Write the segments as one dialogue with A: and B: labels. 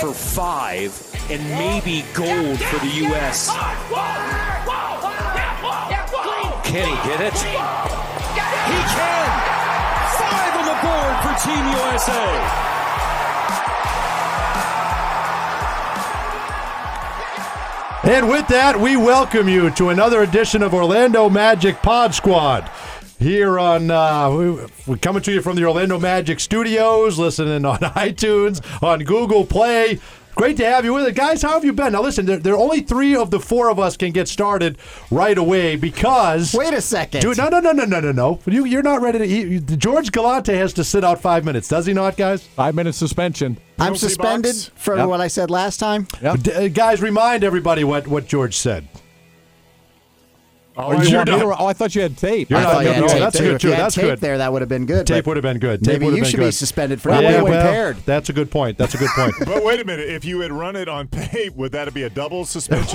A: for five and maybe gold for the U.S. Can he get it? He can! Five on the board for Team USA!
B: And with that, we welcome you to another edition of Orlando Magic Pod Squad. Here on, uh, we- we're coming to you from the Orlando Magic Studios, listening on iTunes, on Google Play. Great to have you with us. Guys, how have you been? Now, listen, there, there are only three of the four of us can get started right away because.
C: Wait a second.
B: Dude, no, no, no, no, no, no, no. You, you're not ready to eat. George Galante has to sit out five minutes, does he not, guys?
D: Five minute suspension.
C: I'm suspended for
B: Yep.
C: what I said last time.
D: Yep.
B: D- uh, guys, remind everybody what, what George said.
D: Oh,
B: Are you
D: you want me
B: done?
D: to- oh, I thought you had tape.
B: You're
C: I
B: not
C: thought you
B: good.
C: had
B: No,
C: tape
B: that's
C: there.
B: good,
C: If you
B: too.
C: had
B: That's
C: tape
B: good.
C: there, that would have been good.
B: Tape
C: but
B: would have been good. Tape
C: Maybe
B: would've
C: you
B: been
C: should
B: good.
C: be suspended for
B: Yeah,
C: not being
B: well,
C: prepared.
B: That's a good point. That's a good point.
E: But wait a minute. If you had run it on tape, would that be a double suspension?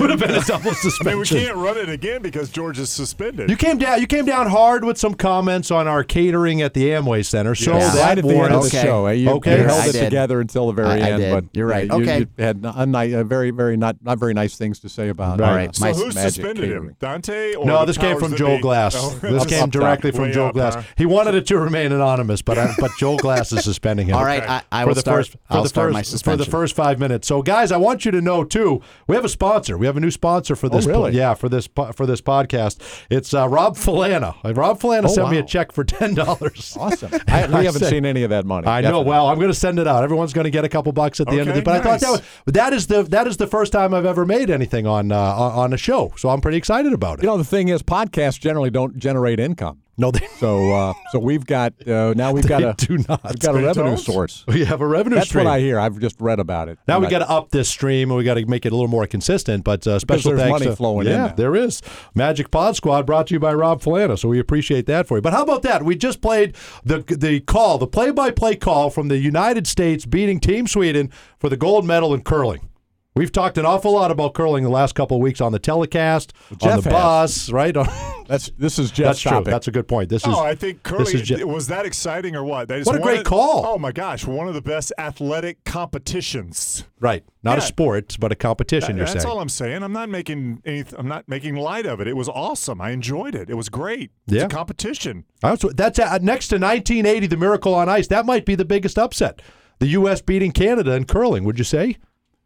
B: Would have been a double
E: I mean, we
B: suspension.
E: can't run it again because George is suspended.
B: you came down. You came down hard with some comments on our catering at the Amway Center. So
C: Yes.
B: that
D: right at the end of the
B: warrants.
C: Okay.
D: show. eh? You,
B: Okay.
D: you
B: Yes,
D: held
C: I
D: it
C: did.
D: together until the very
C: I- I
D: end.
C: did.
D: But
C: You're right.
D: you-
C: Okay.
D: You had a, ni- a very, very not not very nice things to say about.
B: Right.
D: uh,
B: All right.
E: So
D: Magic
E: who's suspended him?
D: catering.
E: Dante? Or
B: No,
E: the
B: this came
E: powers
B: from
E: that
B: Joe
E: be?
B: Glass.
E: Oh,
B: this came
D: up top.
B: directly from
E: Way
B: Joe
E: up,
B: Glass.
E: huh?
B: He wanted it to remain anonymous, but I, but Joe Glass is suspending him.
C: All right, I, I
B: for
C: will
B: the
C: start.
B: first for
C: I'll
B: the
C: start
B: first
C: my
B: for
C: suspension.
B: the first five minutes. So, guys, I want you to know too. We have a sponsor. We have a new sponsor
E: Oh,
B: for this.
D: really?
B: yeah, for this po- for this podcast. It's uh, Rob Falana. Uh, Rob Falana
D: Oh,
B: sent me a
D: wow.
B: check for ten dollars.
D: Awesome. I, we
B: I
D: haven't
B: said-
D: seen any of that money.
B: I know.
D: Definitely.
B: Well, I'm going to send it out. Everyone's going to get a couple bucks at the end of
E: Okay,
B: the. But I thought that
E: nice.
B: was that is the that is the first time I've ever made anything on uh, on on a show. So I'm pretty excited about it.
D: you know the thing is, podcasts generally don't generate income.
B: no, they,
D: So uh, so we've got uh, now we've got
B: They
D: a
B: do not.
D: we've got a
B: They
D: revenue
E: don't?
D: source.
B: we have a revenue
D: That's
B: stream.
D: what I hear. I've just read about it.
B: Now we
D: But-
B: got to up this stream and we got to make it a little more consistent. But uh, special
D: there's
B: thanks
D: money
B: to,
D: flowing in
B: yeah,
D: now.
B: there is Magic Pod Squad brought to you by Rob Falana, so we appreciate that for you. But how about that? We just played the the call, the play by play call from the United States beating Team Sweden for the gold medal in curling. We've talked an awful lot about curling the last couple of weeks on the telecast, on
D: Jeff
B: the
D: has.
B: bus, right?
D: that's this is
B: That's
D: just
B: true.
D: topic.
B: That's a good point. This is
E: Oh, I think
B: this
E: Curly
B: is Je-
E: was that exciting or what? They just
B: What a great
E: won it-
B: call.
E: Oh my gosh, one of the best athletic competitions.
B: right, not a
E: Yeah.
B: sport, but a competition. you're
E: That's
B: saying
E: all I'm saying. I'm not making any, I'm not making light of it. It was awesome. I enjoyed it. It was great. It's
B: Yeah.
E: a competition.
B: That's, that's uh, next to 1980, the Miracle on Ice. That might be the biggest upset. The U.S. beating Canada in curling. Would you say?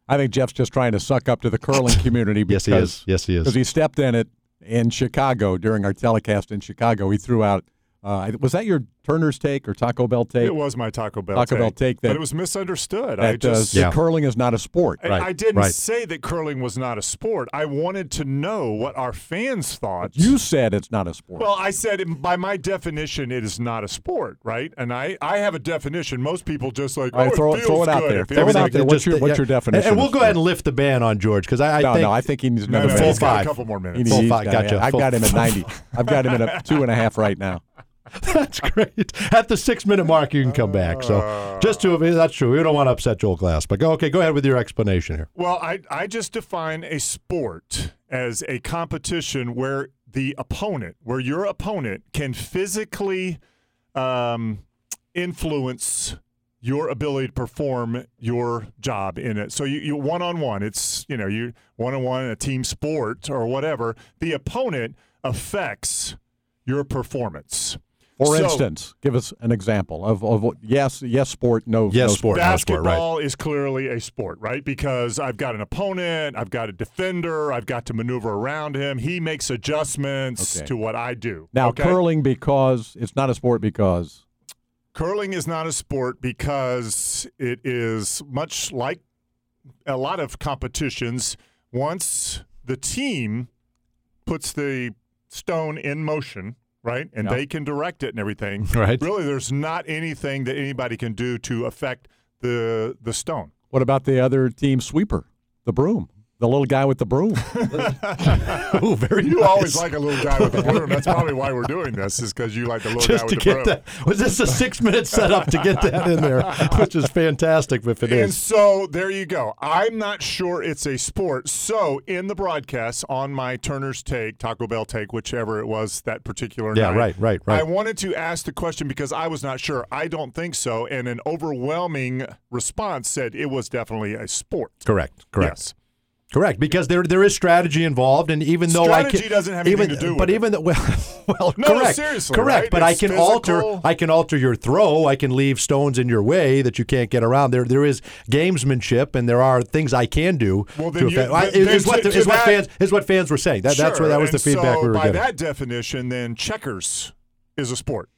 D: I think Jeff's just trying to suck up to the curling community
B: Yes,
D: because
B: he is. Yes, he is.
D: because he stepped in it in Chicago during our telecast in Chicago. He threw out uh, was that your Turner's take or Taco Bell take?
E: It was my Taco Bell.
D: Taco
E: take,
D: Bell take that-
E: but it was misunderstood. I
D: that uh,
E: just
D: the
B: Yeah.
D: curling is not a sport.
E: I-
B: Right,
E: I didn't
B: right.
E: say that curling was not a sport. I wanted to know what our fans thought.
D: You said it's not a sport.
E: well, I said it- by my definition, it is not a sport, right? And I, I have a definition. Most people just like, oh,
D: All right, throw
E: it
D: it-
E: feels
D: throw it out
E: good.
D: there.
E: It
D: Throw it
E: feels
D: out
E: like
D: there.
E: it-
D: What's your- what's your
B: And-
D: definition
B: And, we'll
D: of
B: go ahead and lift the ban on George because I, I
D: no,
B: think
D: no, I think he needs
E: No,
D: another
E: no,
B: full
E: he's got
B: five.
E: a couple more minutes.
D: He needs,
B: Full
D: he's
B: five,
D: got-
B: gotcha.
D: I've
B: Full-
D: got him at ninety. I've got him at a two and a half right now.
B: that's great. At the six-minute mark, you can come back. So just to that's true. We don't want to upset Joel Glass, but go okay. Go ahead with your explanation here.
E: Well, I, I just define a sport as a competition where the opponent, where your opponent can physically um, influence your ability to perform your job in it. So you, you one on one, it's you know you one on one in a team sport or whatever. The opponent affects your performance.
D: For
E: So-
D: instance, give us an example of, of what, yes, yes, sport, no,
B: Yes,
D: no
B: sport, no sport, right?
E: Basketball is clearly a sport, right? Because I've got an opponent, I've got a defender, I've got to maneuver around him. He makes adjustments
D: Okay.
E: to what I do.
D: Now
E: okay?
D: curling because it's not a sport because
E: curling is not a sport because it is much like a lot of competitions. Once the team puts the stone in motion, right, and
D: Yeah.
E: they can direct it and everything,
B: Right.
E: really, there's not anything that anybody can do to affect the the stone.
D: What about the other team sweeper, the broom? The little guy with the broom.
B: Ooh, very
E: You
B: nice.
E: always like a little guy with a broom. That's probably why we're doing this, is because you like the little
B: just
E: guy
B: to
E: with the
B: get
E: broom.
B: that. Was this a six minute setup to get that in there? Which is fantastic if it
E: And
B: is.
E: so there you go. I'm not sure it's a sport. So in the broadcast on my Turner's take, Taco Bell take, whichever it was that particular
B: Yeah,
E: night,
B: right, right, right.
E: I wanted to ask the question because I was not sure. I don't think so. And an overwhelming response said it was definitely a sport.
B: Correct. Correct.
E: Yes.
B: Correct, because there there is strategy involved, and even though I
E: Strategy
B: can,
E: doesn't have anything
B: even,
E: to do
B: But
E: with
B: even though well, well,
E: No, no,
B: correct,
E: seriously,
B: correct.
E: right?
B: But I
E: It's
B: can
E: physical.
B: alter, I can alter your throw. I can leave stones in your way that you can't get around. There, there is gamesmanship, and there are things I can do.
E: Well,
B: to
E: then you-
B: affect- I-
E: then-
B: is
E: then
B: what
E: to-
B: is
E: to
B: what
E: that-
B: fans is what fans were saying. That that's
E: Sure.
B: what that was the
E: And
B: feedback
E: so
B: we were
E: by
B: getting.
E: that definition, then checkers is a sport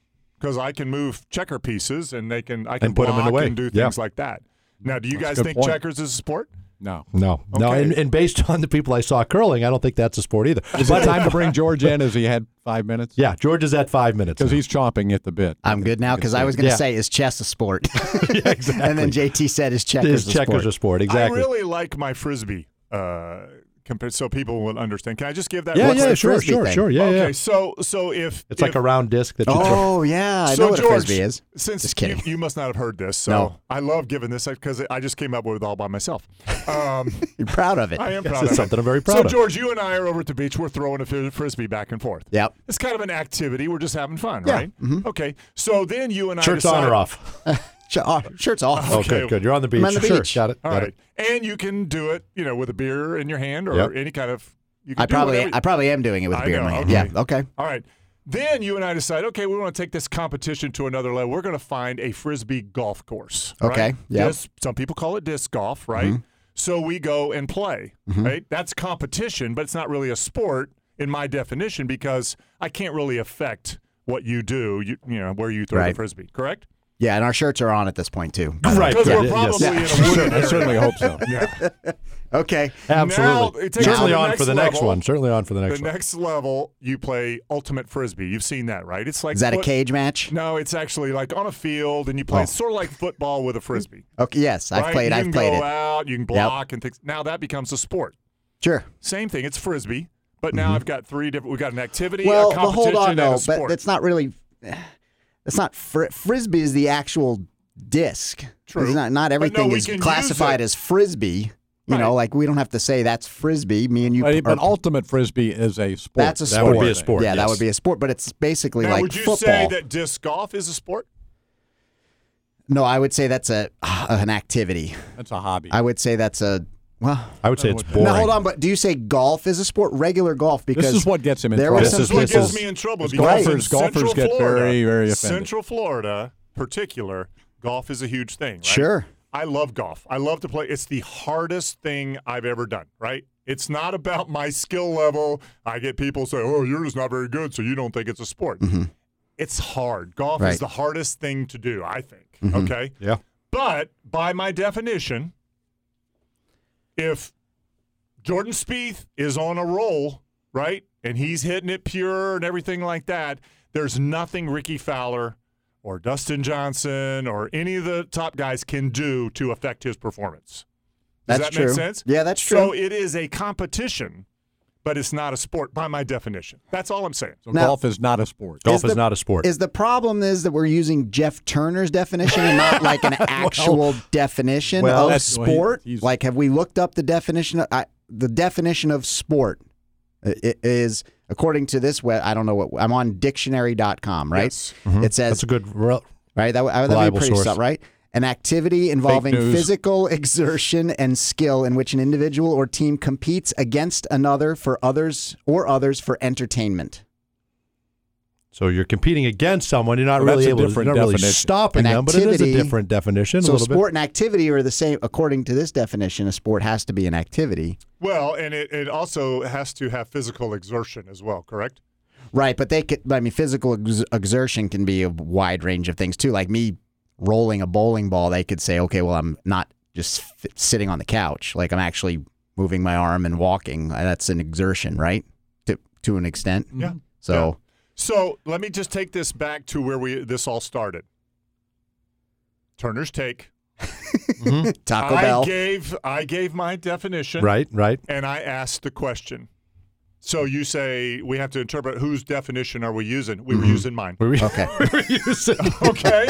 E: because I can move checker pieces and they can I can
B: And put 'em in the
E: block
B: way.
E: and do
B: Yeah.
E: things like that. Now, do you
D: That's a
E: guys
D: good
E: think
D: point.
E: checkers is a sport?
D: No.
B: no, no,
E: Okay.
B: and, and based on the people I saw curling, I don't think that's a sport either.
D: Is it time to bring George in? Has he had five minutes?
B: Yeah, George is at five minutes.
D: Because he's chomping at the bit.
C: I'm good now because I was going to
B: Yeah.
C: say, is chess a sport? And then JT said, is checkers
B: His
C: a
B: checkers
C: sport?
B: a sport? Exactly.
E: I really like my frisbee. Uh, compared, so people will understand. Can I just give that?
B: yeah,
E: what's
B: yeah,
E: the-
B: sure,
C: frisbee
B: sure,
C: thing?
B: sure. Yeah,
E: okay,
B: yeah.
E: so so if
B: It's like
E: if-
B: a round disc that you throw.
C: Oh, yeah. I
E: so
C: know what
E: George,
C: a frisbee is.
E: Since
C: Just kidding.
E: You, you must not have heard this, so
C: No.
E: I love giving this because I just came up with it all by myself. Um,
C: You're proud of it.
E: I am
B: Yes,
E: proud
B: it's
E: of it.
B: something I'm very proud
E: so,
B: of.
E: George, you and I are over at the beach. We're throwing a fri- frisbee back and forth.
C: Yep.
E: It's kind of an activity. We're just having fun,
C: Yeah,
E: right? Okay. So then you and I
B: Shirts on
E: decide-
B: or off?
C: Sh- oh, shirt's off.
B: Oh,
E: Okay.
B: good, good. You're on the beach.
C: I'm on the
B: Sure,
C: beach.
B: Got it.
E: All
B: got
E: right.
B: it.
E: And you can do it, you know, with a beer in your hand or
B: Yep.
E: any kind of. You can
C: I
E: do whatever-
C: probably, I probably am doing it with
E: I
C: a beer in
E: know,
C: my hand.
E: okay.
C: Yeah. Okay.
E: All right. Then you and I decide, okay, we want to take this competition to another level. We're going to find a frisbee golf course. right?
C: Okay, yep.
E: Disc- Some people call it disc golf, right? So we go and play, right? That's competition, but it's not really a sport in my definition because I can't really affect what you do, you, you know, where you throw the
C: Right.
E: frisbee, correct?
C: Yeah, and our shirts are on at this point too.
B: Right.
E: Because
B: yeah,
E: we're
B: yeah,
E: probably
B: yes.
E: in a
D: Sure,
E: wooded
D: I
E: area.
D: certainly hope so.
C: Okay.
E: Now,
B: Absolutely.
E: it takes
B: Certainly
E: it to the
B: on
E: next
B: for the next
E: level.
B: one. Certainly on for the
E: The
B: next one.
E: next level, you play ultimate frisbee. You've seen that, right? It's like
C: Is that a
E: foot-
C: cage match?
E: No, it's actually like on a field, and you play. It's sort of like football with a frisbee.
C: Okay. Yes, I've
E: right?
C: played.
E: You
C: I've
E: can
C: played
E: go
C: it.
E: out. You can block and things. Now that becomes a sport.
C: Sure.
E: Same thing. It's frisbee, but now I've got three different. We've got an activity,
C: Mm-hmm. Well,
E: a
C: but
E: competition,
C: hold on
E: and
C: though.
E: a sport.
C: But it's not really. It's not fr- frisbee is the actual disc.
E: True.
C: It's not not
E: But no,
C: everything
E: we
C: is
E: can use
C: classified
E: it.
C: as frisbee. You
E: Right.
C: know, like we don't have to say that's frisbee. Me and you.
D: But,
C: are-
D: but ultimate frisbee is a sport.
C: that's a
B: That
C: sport.
B: would be a sport,
C: Yeah, that
B: yes.
C: would be a sport. But it's basically
E: now,
C: like
E: would you
C: football.
E: say that disc golf is a sport?
C: no, I would say that's a an activity.
D: That's a hobby.
C: I would say that's a well.
B: I would say it's
C: Now hold
B: boring.
C: on, but do you say golf is a sport? Regular golf because
D: is what gets him in
C: there
D: trouble.
C: was
D: This
C: some
E: That's what
B: this
C: people-
E: gets
B: is-
E: me in trouble.
D: it's
E: because in
D: golfers- golfers
E: Central
D: get
E: Florida,
D: very, very offended.
E: Central Florida, particular, golf is a huge thing. Right?
C: Sure.
E: I love golf. I love to play. It's the hardest thing I've ever done, right? It's not about my skill level. I get people say, oh, you're just not very good, so you don't think it's a sport. It's hard. Golf is
C: Right.
E: the hardest thing to do, I think. Okay.
B: Yeah.
E: But by my definition, if Jordan Spieth is on a roll, right, and he's hitting it pure and everything like that, there's nothing Ricky Fowler or Dustin Johnson or any of the top guys can do to affect his performance. Does
C: That's
E: that make
C: true.
E: sense?
C: Yeah, that's
E: So
C: true.
E: it is a competition, but it's not a sport by my definition. That's all I'm saying.
D: so
C: Now-
D: golf is not a sport.
B: Golf
C: Is
B: is
C: the-
B: not a sport.
C: Is the problem is that we're using Jeff Turner's definition and not like an actual definition
B: well,
C: of
D: that's- well, he-
C: sport?
D: he's-
C: like, have we looked up the definition? Of, I, the definition of sport i- i- is according to this web. I don't know what I'm on dictionary.com. Right?
E: Yes.
C: It says
B: That's a good. re-
C: right. That, would- that would
B: reliable
C: be pretty
B: source.
C: stuff, right? An activity involving
D: news.
C: physical exertion and skill in which an individual or team competes against another for others or others for entertainment.
B: So you're competing against someone. You're not
D: Well,
B: really
D: that's a
B: able. You're
D: different
B: not really
D: definition.
B: stopping
C: An
B: them, but it is a
C: activity-
B: different definition. a
C: So
B: little bit.
C: sport and activity are the same according to this definition. A sport has to be an activity,
E: Well, and it, it also has to have physical exertion as well, correct?
C: right? But they could. I mean, physical ex- exertion can be a wide range of things too. Like me rolling a bowling ball, they could say, okay, well, I'm not just f- sitting on the couch. Like I'm actually moving my arm and walking. Uh, That's an exertion, right? To to an extent.
E: Yeah.
C: So
E: So let me just take this back to where we this all started. Turner's take.
C: Taco
E: I
C: Bell.
E: gave I gave my definition
B: Right, right.
E: and I asked the question. So you say we have to interpret whose definition are we using? We were
B: Mm-hmm.
E: using mine.
C: okay.
E: Okay.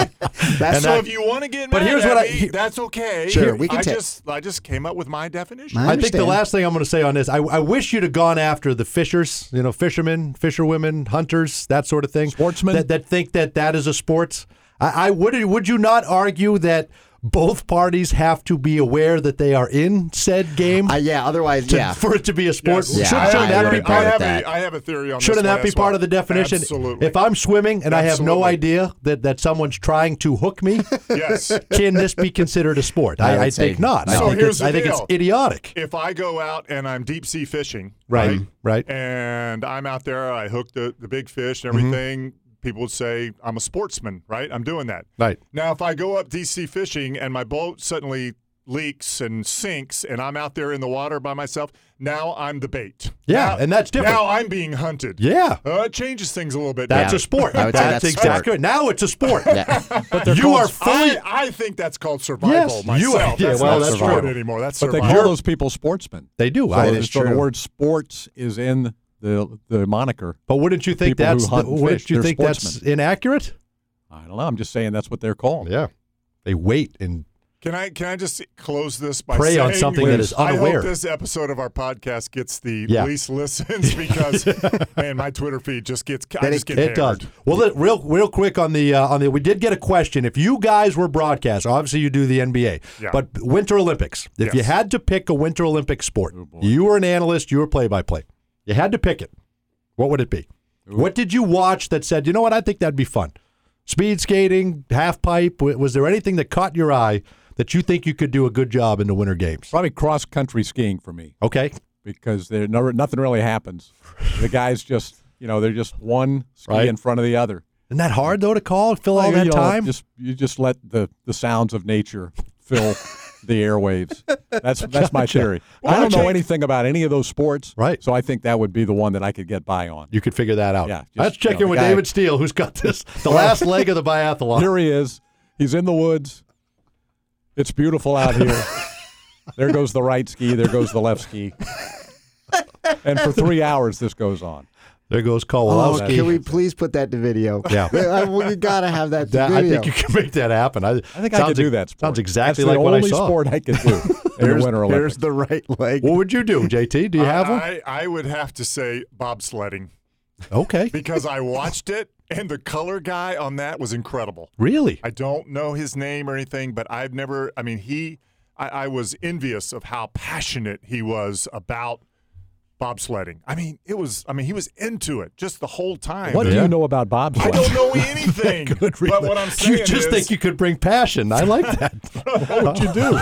C: That's
E: so
C: not-
E: if you want to get
B: But
E: mad
B: here's
E: at
B: what I-
E: me, that's okay.
C: Sure, we can
E: I
C: take-
E: just I just came up with my definition.
C: I
B: I think the
C: understand.
B: last thing I'm going to say on this, I, I wish you'd have gone after the fishers, you know, fishermen, fisherwomen, hunters, that sort of thing.
D: Sportsmen.
B: That, that think that that is a sport. I, I would, would you not argue that both parties have to be aware that they are in said game
C: Uh, yeah. Otherwise,
B: to-
C: yeah.
B: for it to be a sport?
E: Yes. Yeah,
B: Shouldn't,
C: I-
B: shouldn't
C: I
B: that
C: agree
B: be
C: with
B: part
E: I
B: of
E: have
C: that.
E: A, I have a theory on
B: Shouldn't
E: this one
B: that be
E: as
B: part
E: well.
B: of the definition?
E: Absolutely.
B: If I'm swimming and I have no
E: Absolutely.
B: idea that, that someone's trying to hook me,
E: yes.
B: can this be considered a sport? I,
C: would
B: I,
C: say
B: think not.
E: no.
B: I
E: So
B: think,
E: here's
B: it's, I
E: the
B: think it's
E: deal.
B: idiotic.
E: If I go out and I'm deep sea fishing,
B: Right, right.
E: and I'm out there, I hook the, the big fish
B: Mm-hmm.
E: and everything. People would say I'm a sportsman, right? I'm doing that.
B: Right.
E: Now, if I go up DC fishing and my boat suddenly leaks and sinks and I'm out there in the water by myself, now I'm the bait.
B: Yeah,
E: Now-
B: and that's different.
E: Now I'm being hunted.
B: Yeah.
E: Uh, it changes things a little bit.
B: That's
E: doesn't
B: a sport.
C: I would say
B: that's
C: that's a sport.
B: exactly right. Now it's a sport. But you
E: it?
B: are fully.
E: I, I think that's called survival
B: Yes, you are-
E: myself.
B: yeah,
E: that's
B: well,
E: not
B: that's
E: sport
B: true.
E: anymore. That's
D: But they
E: survival.
D: call those people sportsmen.
B: they do.
D: So,
B: I-
D: the- so the word sports is in the the moniker.
B: but wouldn't you think
D: people who
B: that's? The,
D: hunt and
B: wouldn't
D: fish,
B: you
D: they're
B: think that's
D: sportsmen.
B: inaccurate?
D: I don't know. I'm just saying that's what they're called.
B: Yeah. They wait and
E: Can I can I just close this by
B: Prey on
E: saying
B: something that is
E: I
B: unaware.
E: hope this episode of our podcast gets the
B: Yeah.
E: least listens because man, my Twitter feed just gets I
C: It-
E: just get
B: it does.
E: hammered.
B: Well, let- real real quick on the uh, on the we did get a question. If you guys were broadcast, obviously you do the NBA,
E: Yeah.
B: but Winter Olympics. If you
E: Yes.
B: had to pick a Winter Olympic sport, you were an analyst, you were play by play. You had to pick it. What would it be? What did you watch that said, you know what? I think that'd be fun. Speed skating, half pipe. W- Was there anything that caught your eye that you think you could do a good job in the Winter Games?
D: Probably cross country skiing for me
B: Okay,
D: because there no, nothing really happens. The guys just you know they're just one ski
B: Right.
D: in front of the other.
B: isn't that hard though to call fill all
D: Well,
B: that
D: you know,
B: time?
D: Just you just let the, the sounds of nature fill the airwaves. That's that's my theory. I don't know anything about any of those sports,
B: Right.
D: So I think that would be the one that I could get by on.
B: you could figure that out.
D: Yeah, just,
B: Let's check
D: you know,
B: in
D: the
B: with
D: guy- Oh.
B: David Steele, who's got this the last leg of the biathlon.
D: Here he is. He's in the woods. It's beautiful out here. there goes the right ski. There goes the left ski. And for three hours, this goes on.
B: There goes
C: Oh,
B: Kowalowski.
C: can we please put that to video?
B: Yeah.
C: I- we gotta have that to
B: That- I
C: video.
B: think you can make that happen. I,
D: uh, I think I could do that. Sport.
B: Sounds exactly
D: That's
B: like
D: the
B: what I
D: only
B: saw.
D: sport I could do in the Winter
C: Here's
D: Olympics.
C: the right leg.
B: What would you do, JT? Do you have one?
E: I, I would have to say bobsledding
B: Okay,
E: because I watched it and the color guy on that was incredible.
B: really?
E: I don't know his name or anything, but I've never. I mean, he. I, I was envious of how passionate he was about bobsledding. I mean, it was. I mean, he was into it just the whole time.
D: What do you know about bobsled?
E: I don't know anything. But what I'm saying
B: you just
E: is,
B: think you could bring passion. I like that.
D: What would you do?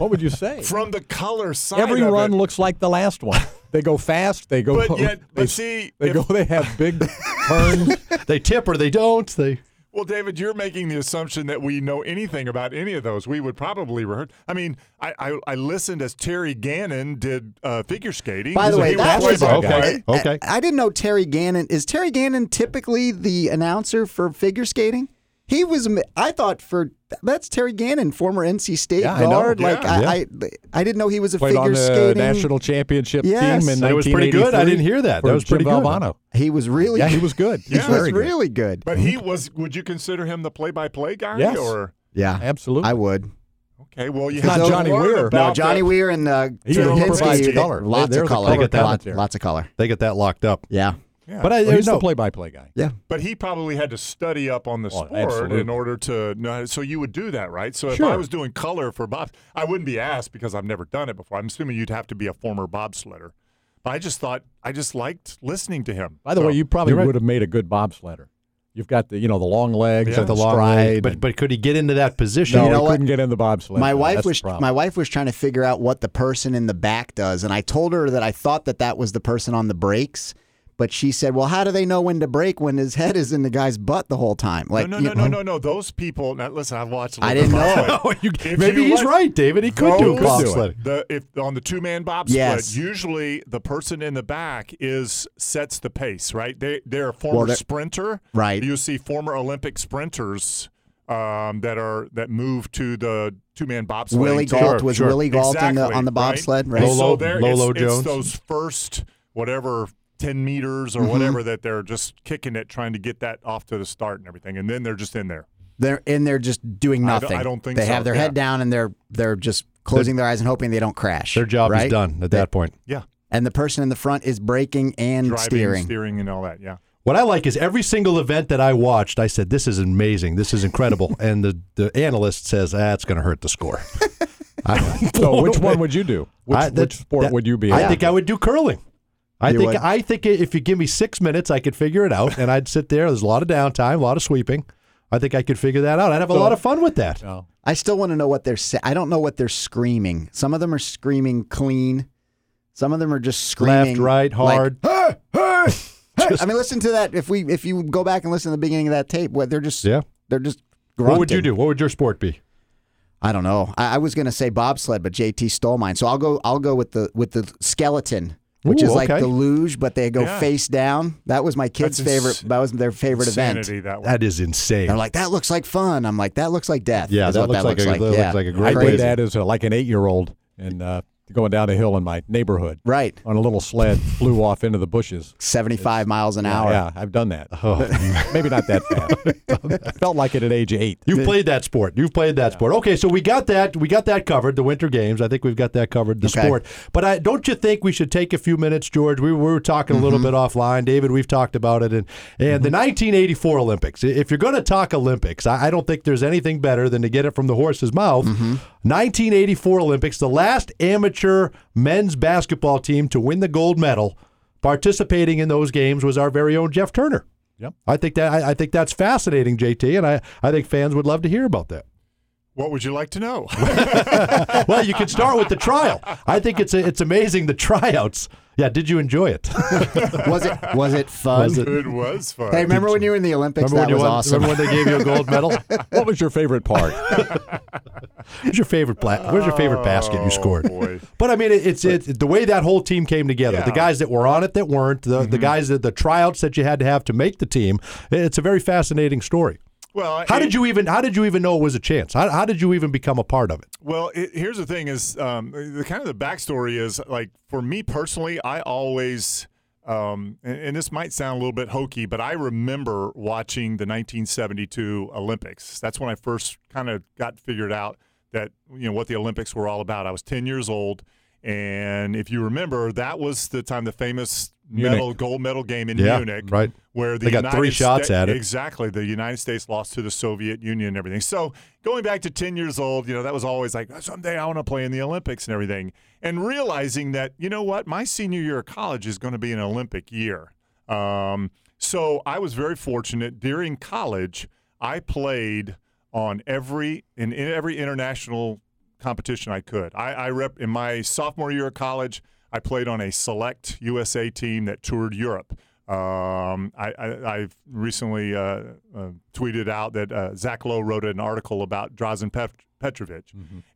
D: what would you say?
E: from the color side,
D: Every
E: of
D: run
E: it,
D: looks like the last one. They go fast. They go.
E: But yet-
D: they,
E: but see,
D: they
E: if-
D: go. They have big turns.
B: they tip or they don't. They
E: Well, David, you're making the assumption that we know anything about any of those. We would probably rehearse. I mean, I, I, I listened as Terry Gannon did uh, figure skating.
C: By the
E: He
C: way,
E: was
C: that was
E: played by
B: Okay.
E: guy.
C: I-
B: okay.
C: I, didn't know Terry Gannon is Terry Gannon typically the announcer for figure skating. He was. am- I thought for that's Terry Gannon, former NC State
D: Yeah, I know.
C: guard. Like
E: Yeah.
C: I, I, I didn't know he was a
D: Played
C: figure
D: on the
C: skating.
D: national championship
C: Yes.
D: team, and
B: That was pretty good. I didn't hear that. That was pretty good.
D: Valvano.
C: He was really.
D: Yeah, he was good. He
C: he
D: was
C: was
D: very good.
C: really good.
E: But he was. Would you consider him the play-by-play guy?
D: Yes.
E: Or
C: Yeah,
D: Absolutely.
C: I would.
E: okay, well, you
D: It's
E: have
D: not
E: to
D: Johnny
E: learn
D: Weir. No,
E: about
C: no, Johnny
E: the-
C: Weir and uh,
D: He
C: Tulowitzki,
E: provides
D: color.
C: Lots
D: There's
C: of
D: the
C: color.
D: color
B: down
C: Lot-
D: there.
C: lots of color.
B: they get that locked up.
C: Yeah.
E: Yeah.
B: But I
D: Well, he's
B: no,
D: the play-by-play guy.
C: Yeah.
E: But he probably had to study up on the
D: Oh,
E: sport
D: absolutely.
E: in order to know. how- So you would do that, right? So if I
D: Sure.
E: was doing color for Bob, I wouldn't be asked because I've never done it before. I'm assuming you'd have to be a former bobsledder. But I just thought I just liked listening to him.
D: By the
E: So-
D: way, you probably
B: You're right.
D: would have made a good bobsledder. You've got the you know the long legs,
E: Yeah.
D: and
B: the
D: the
B: long
D: stride.
B: way, but
D: and-
B: but could he get into that position?
D: no,
C: You know
D: he
C: what?
D: couldn't get in the bobsled.
C: My
D: No,
C: wife
D: that's the
C: was
D: problem.
C: my wife was trying to figure out what the person in the back does, and I told her that I thought that that was the person on the brakes, but she said, "Well, how do they know when to brake when his head is in the guy's butt the whole time?" Like,
E: no,
C: you
E: no, no, no, no, no. Those people. Now, listen, I've watched. A
C: I
E: little
C: didn't
E: bit of
C: know.
E: bobsled.
B: You-
E: If
B: maybe
E: you
B: he's
E: let
B: right, David. He could do
E: those-
B: bobsledding.
E: The, if on the two man bobsled,
C: Yes.
E: usually the person in the back is sets the pace, right? They they're a former
C: Well, that-
E: sprinter,
C: Right.
E: You see former Olympic sprinters um, that are that move to the two man bobsled.
C: Willie
E: team.
C: Galt was
B: sure.
C: Willie Galt on the
E: Exactly,
C: on the
E: right?
C: bobsled, right?
E: And
B: Lolo-
E: so there,
B: Lolo
E: it's,
B: Jones.
E: It's those first whatever ten meters
C: Mm-hmm.
E: or whatever that they're just kicking it, trying to get that off to the start and everything, and then they're just in there.
C: They're in there just doing
E: I don't-
C: nothing.
E: I don't think
C: they
E: so,
C: have their head down and they're they're just closing their eyes and hoping they don't crash.
B: Their job
C: right?
B: is done at that point.
E: Yeah,
C: And the person in the front is braking and
E: driving,
C: steering.
E: and all that. Yeah,
B: What I like is every single event that I watched, I said, "This is amazing. This is incredible," and the the analyst says, "Ah, it's going to hurt the score." I-
D: So which one would you do? Which,
B: I- that-
D: which sport
B: that-
D: would you be?
B: I
D: in?
B: think I would do curling. I
C: You
B: think
C: would?
B: I think if you give me six minutes, I could figure it out, and I'd sit there. There's a lot of downtime, a lot of sweeping. I think I could figure that out. I'd have a lot of fun with that.
D: No.
C: I still want to know what they're sa- I don't know what they're screaming. Some of them are screaming clean. Some of them are just screaming
B: Left, right,
C: like,
B: hard.
C: I mean, listen to that. If we if you go back and listen to the beginning of that tape, what they're just
B: Yeah.
C: they're just. Grunting.
B: what would you do? What would your sport be?
C: I don't know. I, I was gonna say bobsled, but JT stole mine. So I'll go. I'll go with the with the skeleton, which
B: Ooh,
C: is like
B: okay.
C: the luge, but they go
E: Yeah.
C: face down. That was my kids'
E: That's
C: favorite.
E: ins-
C: That was their favorite event.
E: insanity that one.
B: That is insane.
C: They're like, that looks like fun. I'm like, that looks like death.
B: Yeah,
C: is
B: that
C: what
B: looks like a- that looks
C: yeah.
B: like a
D: I
B: great
C: Crazy.
D: played that as a, like an eight year old and uh, going down a hill in my neighborhood
C: Right,
D: on a little sled, flew off into the bushes.
C: 75 miles an hour.
D: Yeah, I've done that. Maybe not that fast. Felt like it at age eight.
B: You've played that sport. You've played that sport. Okay, so we got that. We got that covered. The Winter Games. I think we've got that covered. The
C: Okay.
B: sport. But I don't you think we should take a few minutes, George? We, we were talking a little bit offline, David. We've talked about it, and and the 1984 Olympics. I- If you're going to talk Olympics, I, I don't think there's anything better than to get it from the horse's mouth. 1984 Olympics, the last amateur men's basketball team to win the gold medal. Participating in those games was our very own Jeff Turner.
D: Yep.
B: I think that I, I think that's fascinating, JT, and I, I think fans would love to hear about that.
E: What would you like to know?
B: Well, you could start with the trial. I think it's it's amazing the tryouts. Yeah, did you enjoy it?
C: Was it was it fun?
E: it was fun.
C: Hey, remember when you were in the Olympics?
B: Remember when
C: that
B: you
C: was
B: won,
C: awesome.
B: Remember when they gave you a gold medal?
D: What was your favorite part?
B: Where's your favorite pla- Where's your favorite basket
C: Oh,
B: you scored?
E: Oh, boy.
B: But I mean, it, it's it's the way that whole team came together. The
E: Yeah.
B: guys that were on it, that weren't, the
C: Mm-hmm.
B: the guys that the tryouts that you had to have to make the team. It's a very fascinating story.
E: Well,
B: How
E: it-
B: did you even How did you even know it was a chance? How, how did you even become a part of it?
E: Well, it, here's the thing: is um, the kind of the backstory is like for me personally, I always, um, and, and this might sound a little bit hokey, but I remember watching the 1972 Olympics. That's when I first kind of got figured out that you know what the Olympics were all about. I was 10 years old, and if you remember, that was the time the famous
D: Munich.
E: medal gold medal game in
B: Yeah,
E: Munich,
B: right.
E: Where the
B: They got
E: United
B: three shots
E: Sta-
B: at it.
E: Exactly. The United States lost to the Soviet Union and everything. So going back to 10 years old, you know, that was always like, "Oh, someday I want to play in the Olympics and everything. And realizing that, you know what, my senior year of college is going to be an Olympic year. Um, so I was very fortunate during college, I played on every in, in every international competition I could. I, I rep in my sophomore year of college. I played on a select USA team that toured Europe. Um, I, I, I've recently uh, uh, tweeted out that uh, Zach Lowe wrote an article about Drazen Pet- Petrovic,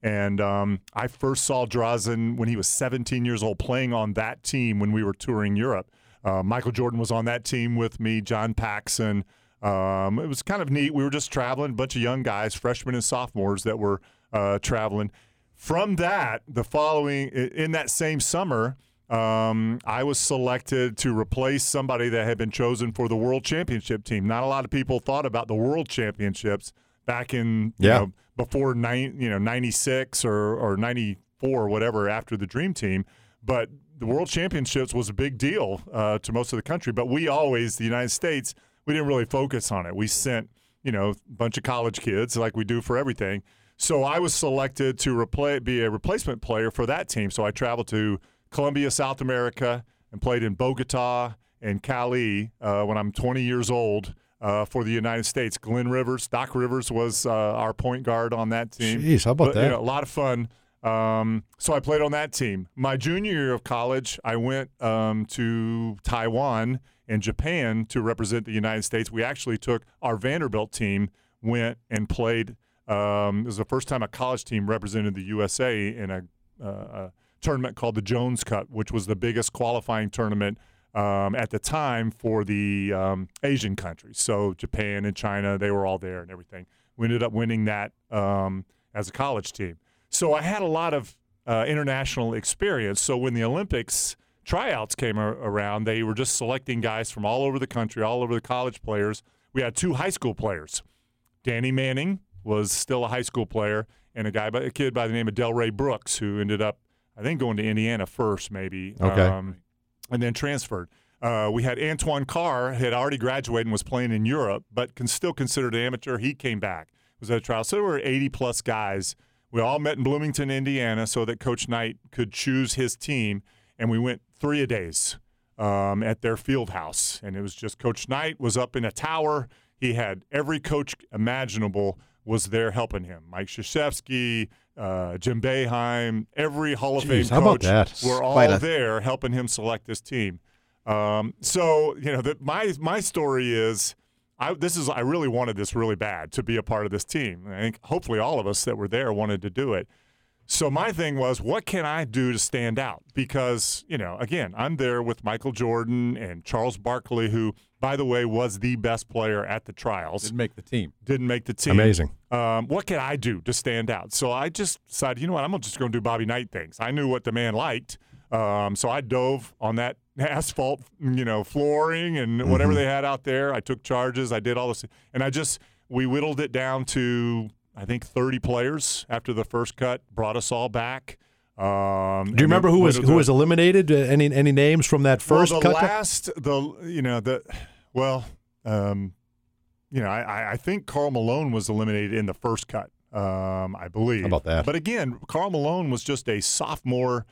E: and um, I first saw Drazen when he was 17 years old playing on that team when we were touring Europe. Uh, Michael Jordan was on that team with me, John Paxson. Um, it was kind of neat. We were just traveling, a bunch of young guys, freshmen and sophomores that were uh, traveling. From that, the following, i- in that same summer, um, I was selected to replace somebody that had been chosen for the world championship team. Not a lot of people thought about the world championships back in you
B: Yeah.
E: know, before nine, you know, 96 or, or 94 or whatever after the dream team. But the world championships was a big deal uh, to most of the country. But we always, the United States, we didn't really focus on it. We sent, you know, a bunch of college kids like we do for everything. So I was selected to repla be a replacement player for that team. So I traveled to Colombia, South America, and played in Bogota and Cali uh, when I'm 20 years old uh, for the United States. Glenn Rivers, Doc Rivers was uh, our point guard on that team.
B: Jeez, how about
E: But,
B: that?
E: You know, a lot of fun. Um, so I played on that team. My junior year of college, I went um, to Taiwan and Japan to represent the United States. We actually took our Vanderbilt team, went and played. Um, it was the first time a college team represented the USA in a, uh, a tournament called the Jones Cup, which was the biggest qualifying tournament um, at the time for the um, Asian countries. So Japan and China, they were all there and everything. We ended up winning that um, as a college team. So I had a lot of uh, international experience. So when the Olympics tryouts came ar- around, they were just selecting guys from all over the country, all over the college players. We had two high school players. Danny Manning was still a high school player, and a guy, by, a kid by the name of Delray Brooks, who ended up, I think, going to Indiana first, maybe.
B: Okay.
E: Um, and then transferred. Uh, we had Antoine Carr had already graduated and was playing in Europe, but can still considered an amateur. He came back, was at a trial. So there were 80 plus guys. We all met in Bloomington, Indiana, so that Coach Knight could choose his team, and we went three a days um, at their field house, and it was just Coach Knight was up in a tower. He had every coach imaginable was there helping him. Mike Krzyzewski, uh, Jim Boeheim, every Hall of
B: Jeez,
E: Fame
B: how about
E: coach
B: that?
E: were all
C: Quite a-
E: there helping him select this team. Um, so you know, the, my my story is, I this is I really wanted this really bad to be a part of this team. I think hopefully all of us that were there wanted to do it. So my thing was, what can I do to stand out? Because you know, again, I'm there with Michael Jordan and Charles Barkley, who, by the way, was the best player at the trials.
D: Didn't make the team.
E: Didn't make the team
B: Amazing.
E: um, what can I do to stand out? So I just decided, you know what, I'm just going to do Bobby Knight things. I knew what the man liked, um, so I dove on that asphalt, you know, flooring and whatever
B: Mm-hmm.
E: they had out there. I took charges. I did all this, and I just we whittled it down to I think 30 players after the first cut. Brought us all back. Um,
B: Do you remember who was who was eliminated? Uh, Any any names from that first
E: well, the
B: cut?
E: last the you know the well um you know I- I I think Carl Malone was eliminated in the first cut um I believe
B: How about that?
E: but again Carl Malone was just a sophomore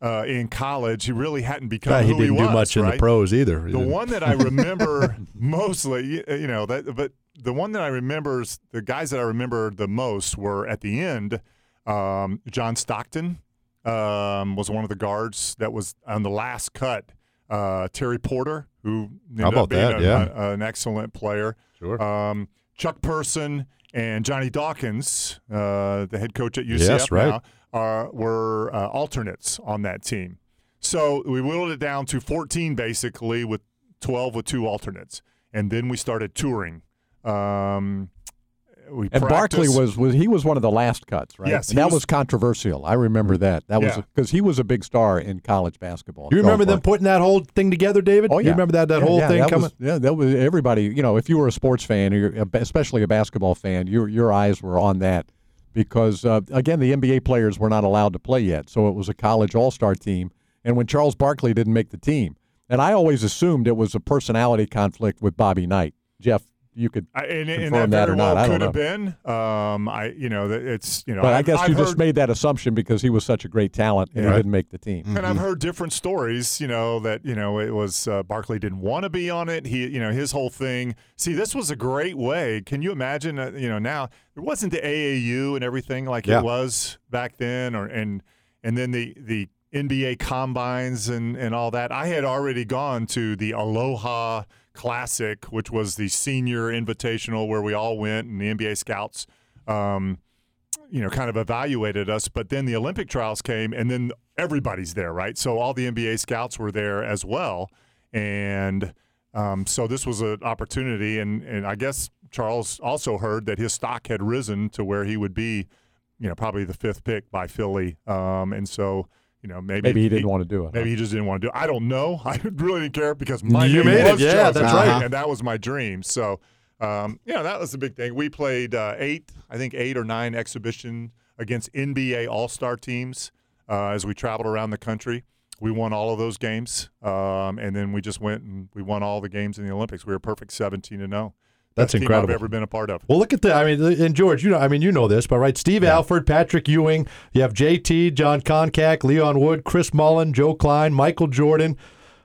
E: uh, in college he really hadn't become
B: Yeah, he
E: who
B: didn't
E: was,
B: do much in
E: right?
B: the pros either.
E: The one that I remember mostly, y- uh, you know, that but the one that I remember is the guys that I remember the most were at the end. Um, John Stockton um, was one of the guards that was on the last cut. Uh, Terry Porter, who ended
B: about
E: up being
B: that?
E: a-
B: Yeah.
E: a- an excellent player.
B: Sure.
E: Um, Chuck Person and Johnny Dawkins, uh, the head coach at UCF
B: Yes, right.
E: now, are, were uh, alternates on that team. So we whittled it down to 14 basically, with 12 with two alternates, and then we started touring. Um, we
D: And Barkley
E: practiced-
D: was, was he was one of the last cuts, right?
E: Yes,
D: And
E: he
D: that was,
E: was-
D: controversial. I remember that. That was
E: Yeah.
D: because he was a big star in college basketball.
B: you remember them
D: Charles Barkley.
B: putting that whole thing together, David?
D: Oh yeah,
B: You remember that that
D: Yeah,
B: whole
D: yeah,
B: thing
D: that
B: coming?
D: was- yeah, that was everybody. You know, if you were a sports fan, or you're, especially a basketball fan, your your eyes were on that because uh, again, the NBA players were not allowed to play yet, so it was a college All Star team. And when Charles Barkley didn't make the team, and I always assumed it was a personality conflict with Bobby Knight. Jeff, you could
E: I, and, and that
D: confirm that
E: very
D: or not,
E: well
D: I don't
E: could have been. Um, I, you know, that it's you know.
D: But I
E: I've-
D: guess
E: I've
D: you just
E: heard-
D: made that assumption because he was such a great talent and
E: Yeah.
D: he didn't make the team.
E: And I've heard different stories, you know, that, you know, it was uh, Barkley didn't want to be on it. He, you know, his whole thing. See, this was a great way. Can you imagine, uh, you know, now it wasn't the AAU and everything like
B: Yeah.
E: it was back then or and and then the the NBA combines and and all that. I had already gone to the Aloha Classic, which was the senior invitational where we all went and the NBA scouts um, you know, kind of evaluated us. But then the Olympic trials came, and then everybody's there, right? So all the NBA scouts were there as well, and um, so this was an opportunity. And and I guess Charles also heard that his stock had risen to where he would be, you know, probably the fifth pick by Philly, um, and so. You know, maybe,
D: Maybe he didn't want to do it.
E: Maybe he just didn't want to do it. I don't know. I really didn't care because my
B: You
E: name
B: made it.
E: was
B: Yeah,
E: chosen,
B: that's
C: right.
E: and that was my dream. So, um, yeah, that was the big thing. We played uh, eight, I think eight or nine exhibition against NBA All Star teams uh, as we traveled around the country. We won all of those games, um, and then we just went and we won all the games in the Olympics. We were a perfect seventeen and zero.
B: That's
E: Best team
B: incredible.
E: I've ever been a part of.
B: Well, look at that. I mean, and George, you know, I mean, you know this, but right, Steve Alford, Patrick Ewing, you have JT, John Concack, Leon Wood, Chris Mullen, Joe Klein, Michael Jordan,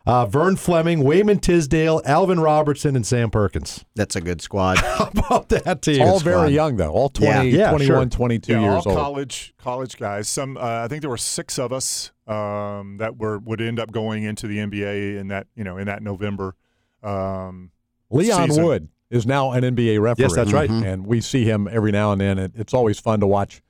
B: uh, Vern Fleming, Wayman Tisdale, Alvin Robertson, and Sam Perkins.
C: That's a good squad.
B: How about that team?
D: all
C: It's
D: very
C: fun.
D: young though. All 20,
B: Yeah. Yeah,
D: 21,
B: sure.
D: 22
E: yeah,
D: years
E: all
D: old.
E: college college guys. Some uh, I think there were six of us um, that were would end up going into the NBA in that you know in that November. Um,
D: Leon
E: season.
D: Wood is now an NBA referee. Mm-hmm.
B: Yes, that's right. Mhm.
D: And we see him every now and then. It, it's always fun to watch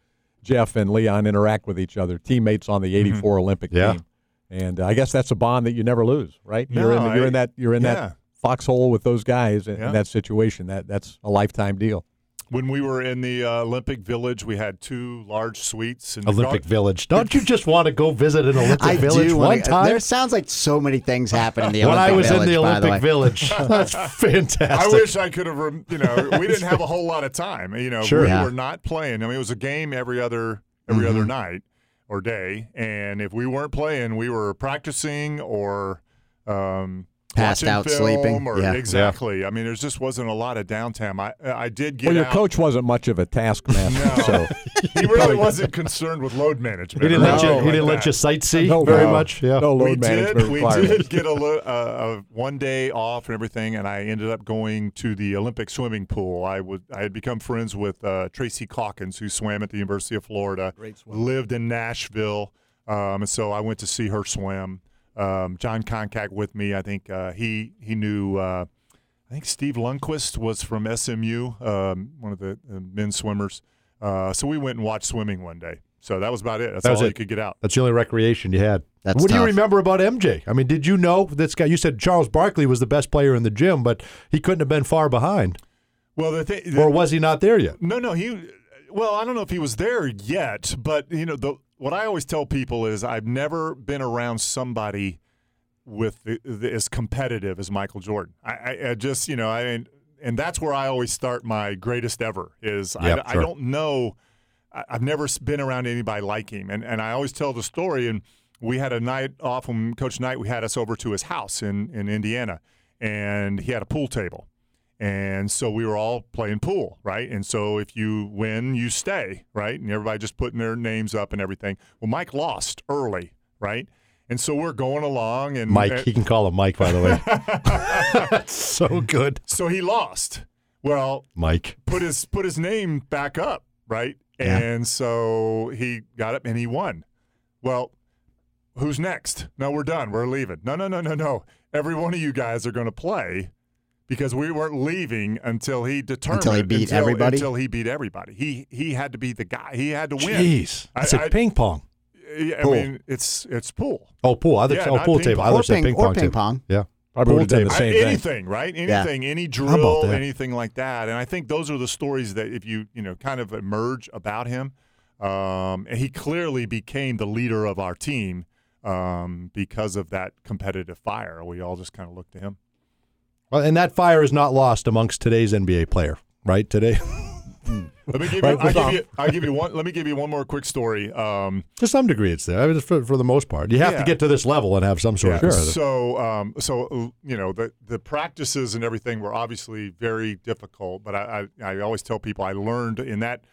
D: Jeff and Leon interact with each other, teammates on the '84
E: Mm-hmm.
D: Olympic
B: Yeah.
D: team. And uh, I guess that's a bond that you never lose, right? you're in
E: No,
D: you're in
E: I-
D: that you're in
E: yeah.
D: that foxhole with those guys in,
E: Yeah.
D: in that situation. That that's a lifetime deal.
E: When we were in the uh, Olympic Village, we had two large suites. And
B: Olympic Village. Don't you just want to go visit an Olympic
C: I
B: Village
C: do.
B: one
C: Wanna,
B: time?
C: There sounds like so many things happen in the
B: when
C: Olympic
B: I was
C: Village,
B: in the
C: by
B: Olympic
C: way.
B: Village, that's
E: I
B: fantastic.
E: wish I could have, rem- you know, we didn't have a whole lot of time. You know,
B: Sure.
E: we
C: Yeah. Mm-hmm.
E: were not playing. I mean, it was a game every other every other night or day, and if we weren't playing, we were practicing or um,
C: Passed
E: watching
C: out,
E: film
C: sleeping.
E: Or
C: Yeah.
E: exactly. I mean, there just wasn't a lot of downtime. I I did get
D: well, your
E: out.
D: coach wasn't much of a taskmaster, so
E: he really wasn't concerned with load management.
B: he didn't
E: or
B: let you.
E: anything
B: He
E: like
B: didn't let
E: that.
B: you sightsee
D: No,
B: very
D: no.
B: much. Yeah.
D: no load
E: we
D: management
E: did, we
D: requirements.
E: did get a, lo- uh, a one day off and everything, and I ended up going to the Olympic swimming pool. I would I had become friends with uh, Tracy Calkins, who swam at the University of Florida, lived in Nashville, um, and so I went to see her swim. Um, John Concack with me. I think uh, he he knew. Uh, I think Steve Lundquist was from SMU, um, one of the uh, men's swimmers. Uh, so we went and watched swimming one day. So that was about it. That's
B: That was
E: all you
B: it.
E: could get out.
B: That's the only recreation you had.
C: That's
B: what do you
C: tough.
B: remember about MJ? I mean, did you know this guy? You said Charles Barkley was the best player in the gym, but he couldn't have been far behind,
E: Well, the thing,
B: or was he not there yet?
E: No, no, he. Well, I don't know if he was there yet, but you know, the what I always tell people is I've never been around somebody with the, the, as competitive as Michael Jordan. I, I, I just, you know, I and, and that's where I always start my greatest ever is I-
B: Yep,
E: I,
B: sure.
E: don't know. I, I've never s- been around anybody like him, and and I always tell the story. And we had a night off when Coach Knight we had us over to his house in in Indiana, and he had a pool table. And so we were all playing pool, right? And so if you win, you stay, right? And everybody just putting their names up and everything. Well, Mike lost early, right? And so we're going along, and eh,
B: Mike,
E: and-
B: he can call him Mike, by the way. That's so good,
E: so he lost. Well,
B: Mike.
E: put his put his name back up, right?
C: Yeah.
E: And so he got up and he won. Well, who's next? No, we're done. We're leaving. No, no, no, no, no. Every one of you guys are going to play because we weren't leaving until he determined
C: Until he beat
E: until,
C: everybody?
E: Until he beat everybody. He he had to be the guy. He had to win.
B: Jeez,
E: I-
B: I said
E: I-
B: ping pong.
E: I- I
C: Pool.
E: mean, it's it's pool.
B: Oh, pool. I think,
E: Yeah,
B: oh,
E: not
B: pool
E: ping
B: table. I
E: pong.
B: would
C: or
B: say
C: ping,
B: ping
C: or
B: pong.
C: ping
B: table.
C: pong.
B: Yeah.
D: Probably
B: Pool
D: would have done the
E: I-
D: same thing.
E: anything, right? Anything, any
B: about
E: drill,
B: that?
E: anything like that. And I think those are the stories that if you you know kind of emerge about him, um, and he clearly became the leader of our team um, because of that competitive fire. We all just kind of looked to him.
B: Well, and that fire is not lost amongst today's NBA player, right? Today,
E: Let me give
D: Right,
E: you. I
D: we're
E: give
D: done.
E: you. I give you one. Let me give you one more quick story. Um,
B: to some degree, it's there. I mean, for, for the most part, you have to
E: Yeah.
B: get to this level and have some sort of
E: Yeah,
B: competitive-
E: So, um, so you know, the the practices and everything were obviously very difficult. But I, I, I always tell people I learned in that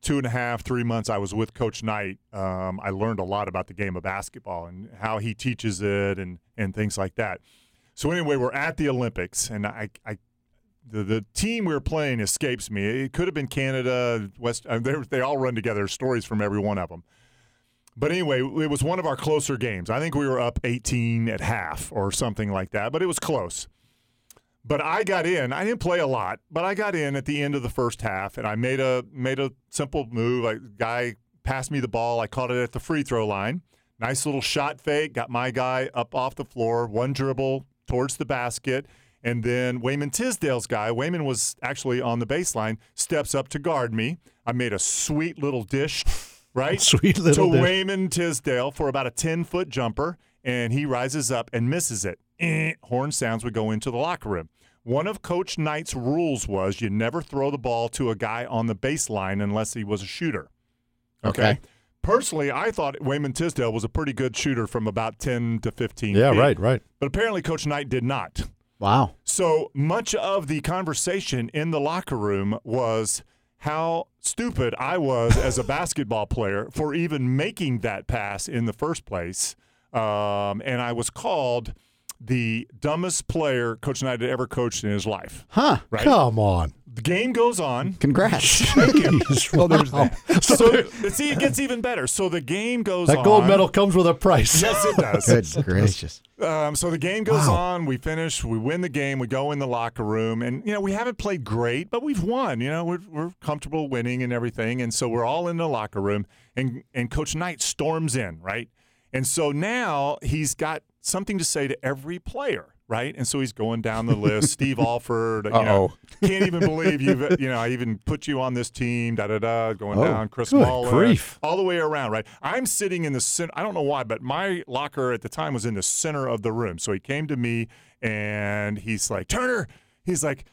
E: two and a half, three months I was with Coach Knight. Um, I learned a lot about the game of basketball and how he teaches it and and things like that. So anyway, we're at the Olympics, and I, I the, the team we were playing escapes me. It could have been Canada, West. uh, They they all run together. Stories from every one of them. But anyway, it was one of our closer games. I think we were up 18 at half or something like that, but it was close. But I got in. I didn't play a lot, but I got in at the end of the first half, and I made a made a simple move. A guy passed me the ball. I caught it at the free throw line. Nice little shot fake. Got my guy up off the floor. One dribble towards the basket, and then Wayman Tisdale's guy. Wayman was actually on the baseline. Steps up to guard me. I made a sweet little dish, right?
B: Sweet little
E: to
B: dish.
E: Raymond Tisdale for about a 10 foot jumper, and he rises up and misses it. Eh, horn sounds would go into the locker room. One of Coach Knight's rules was you never throw the ball to a guy on the baseline unless he was a shooter. Okay.
C: Okay.
E: Personally, I thought Wayman Tisdale was a pretty good shooter from about 10 to 15.
B: Yeah,
E: feet,
B: right, right.
E: But apparently, Coach Knight did not.
C: Wow.
E: So much of the conversation in the locker room was how stupid I was as a basketball player for even making that pass in the first place. Um, and I was called the dumbest player Coach Knight had ever coached in his life.
C: Huh.
E: Right?
B: Come on.
E: The game goes on.
C: Congrats.
B: Jeez,
D: Well, there's
B: wow. So
E: So see, it gets even better. So the game goes
B: that
E: on.
B: gold medal comes with a price.
E: Yes, it does.
C: Good gracious.
E: Um, so the game goes on. We finish. We win the game. We go in the locker room, and you know we haven't played great, but we've won. You know we're, we're comfortable winning and everything, and so we're all in the locker room, and and Coach Knight storms in, right? And so now he's got something to say to every player, right? And so he's going down the list. Steve Alford, you know,
D: Uh-oh.
E: can't even believe you've, you know, I even put you on this team, da da da, going
B: Oh,
E: down. Chris
B: good
E: Muller,
B: grief.
E: all the way around, right? I'm sitting in the center. I don't know why, but my locker at the time was in the center of the room. So he came to me and he's like, Turner, he's like,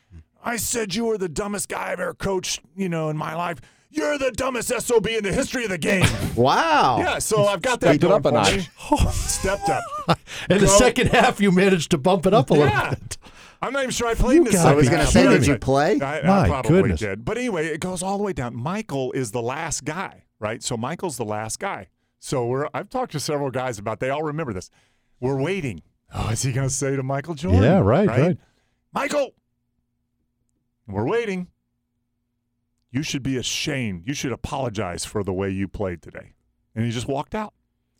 E: I said you were the dumbest guy I've ever coached, you know, in my life. You're the dumbest SOB in the history of the game.
C: Wow.
E: yeah, so I've got that
D: Stepped it up
E: going
D: a
E: for me. Stepped up.
B: In the
E: Well-
B: second half, you managed to bump it up a little
E: Yeah.
B: bit.
E: I'm not even sure I played in this.
B: gotta
E: second
B: be
E: half.
B: kidding
E: Anyway,
B: me.
C: Did you play?
E: I, I
B: My
E: probably
B: goodness.
E: did. But anyway, it goes all the way down. Michael is the last guy, right? So Michael's the last guy. So we're I've talked to several guys about they all remember this. We're waiting. Oh, is he gonna say to Michael Jordan?
B: Yeah, right, right.
E: Michael. We're waiting. You should be ashamed. You should apologize for the way you played today. And he just walked out.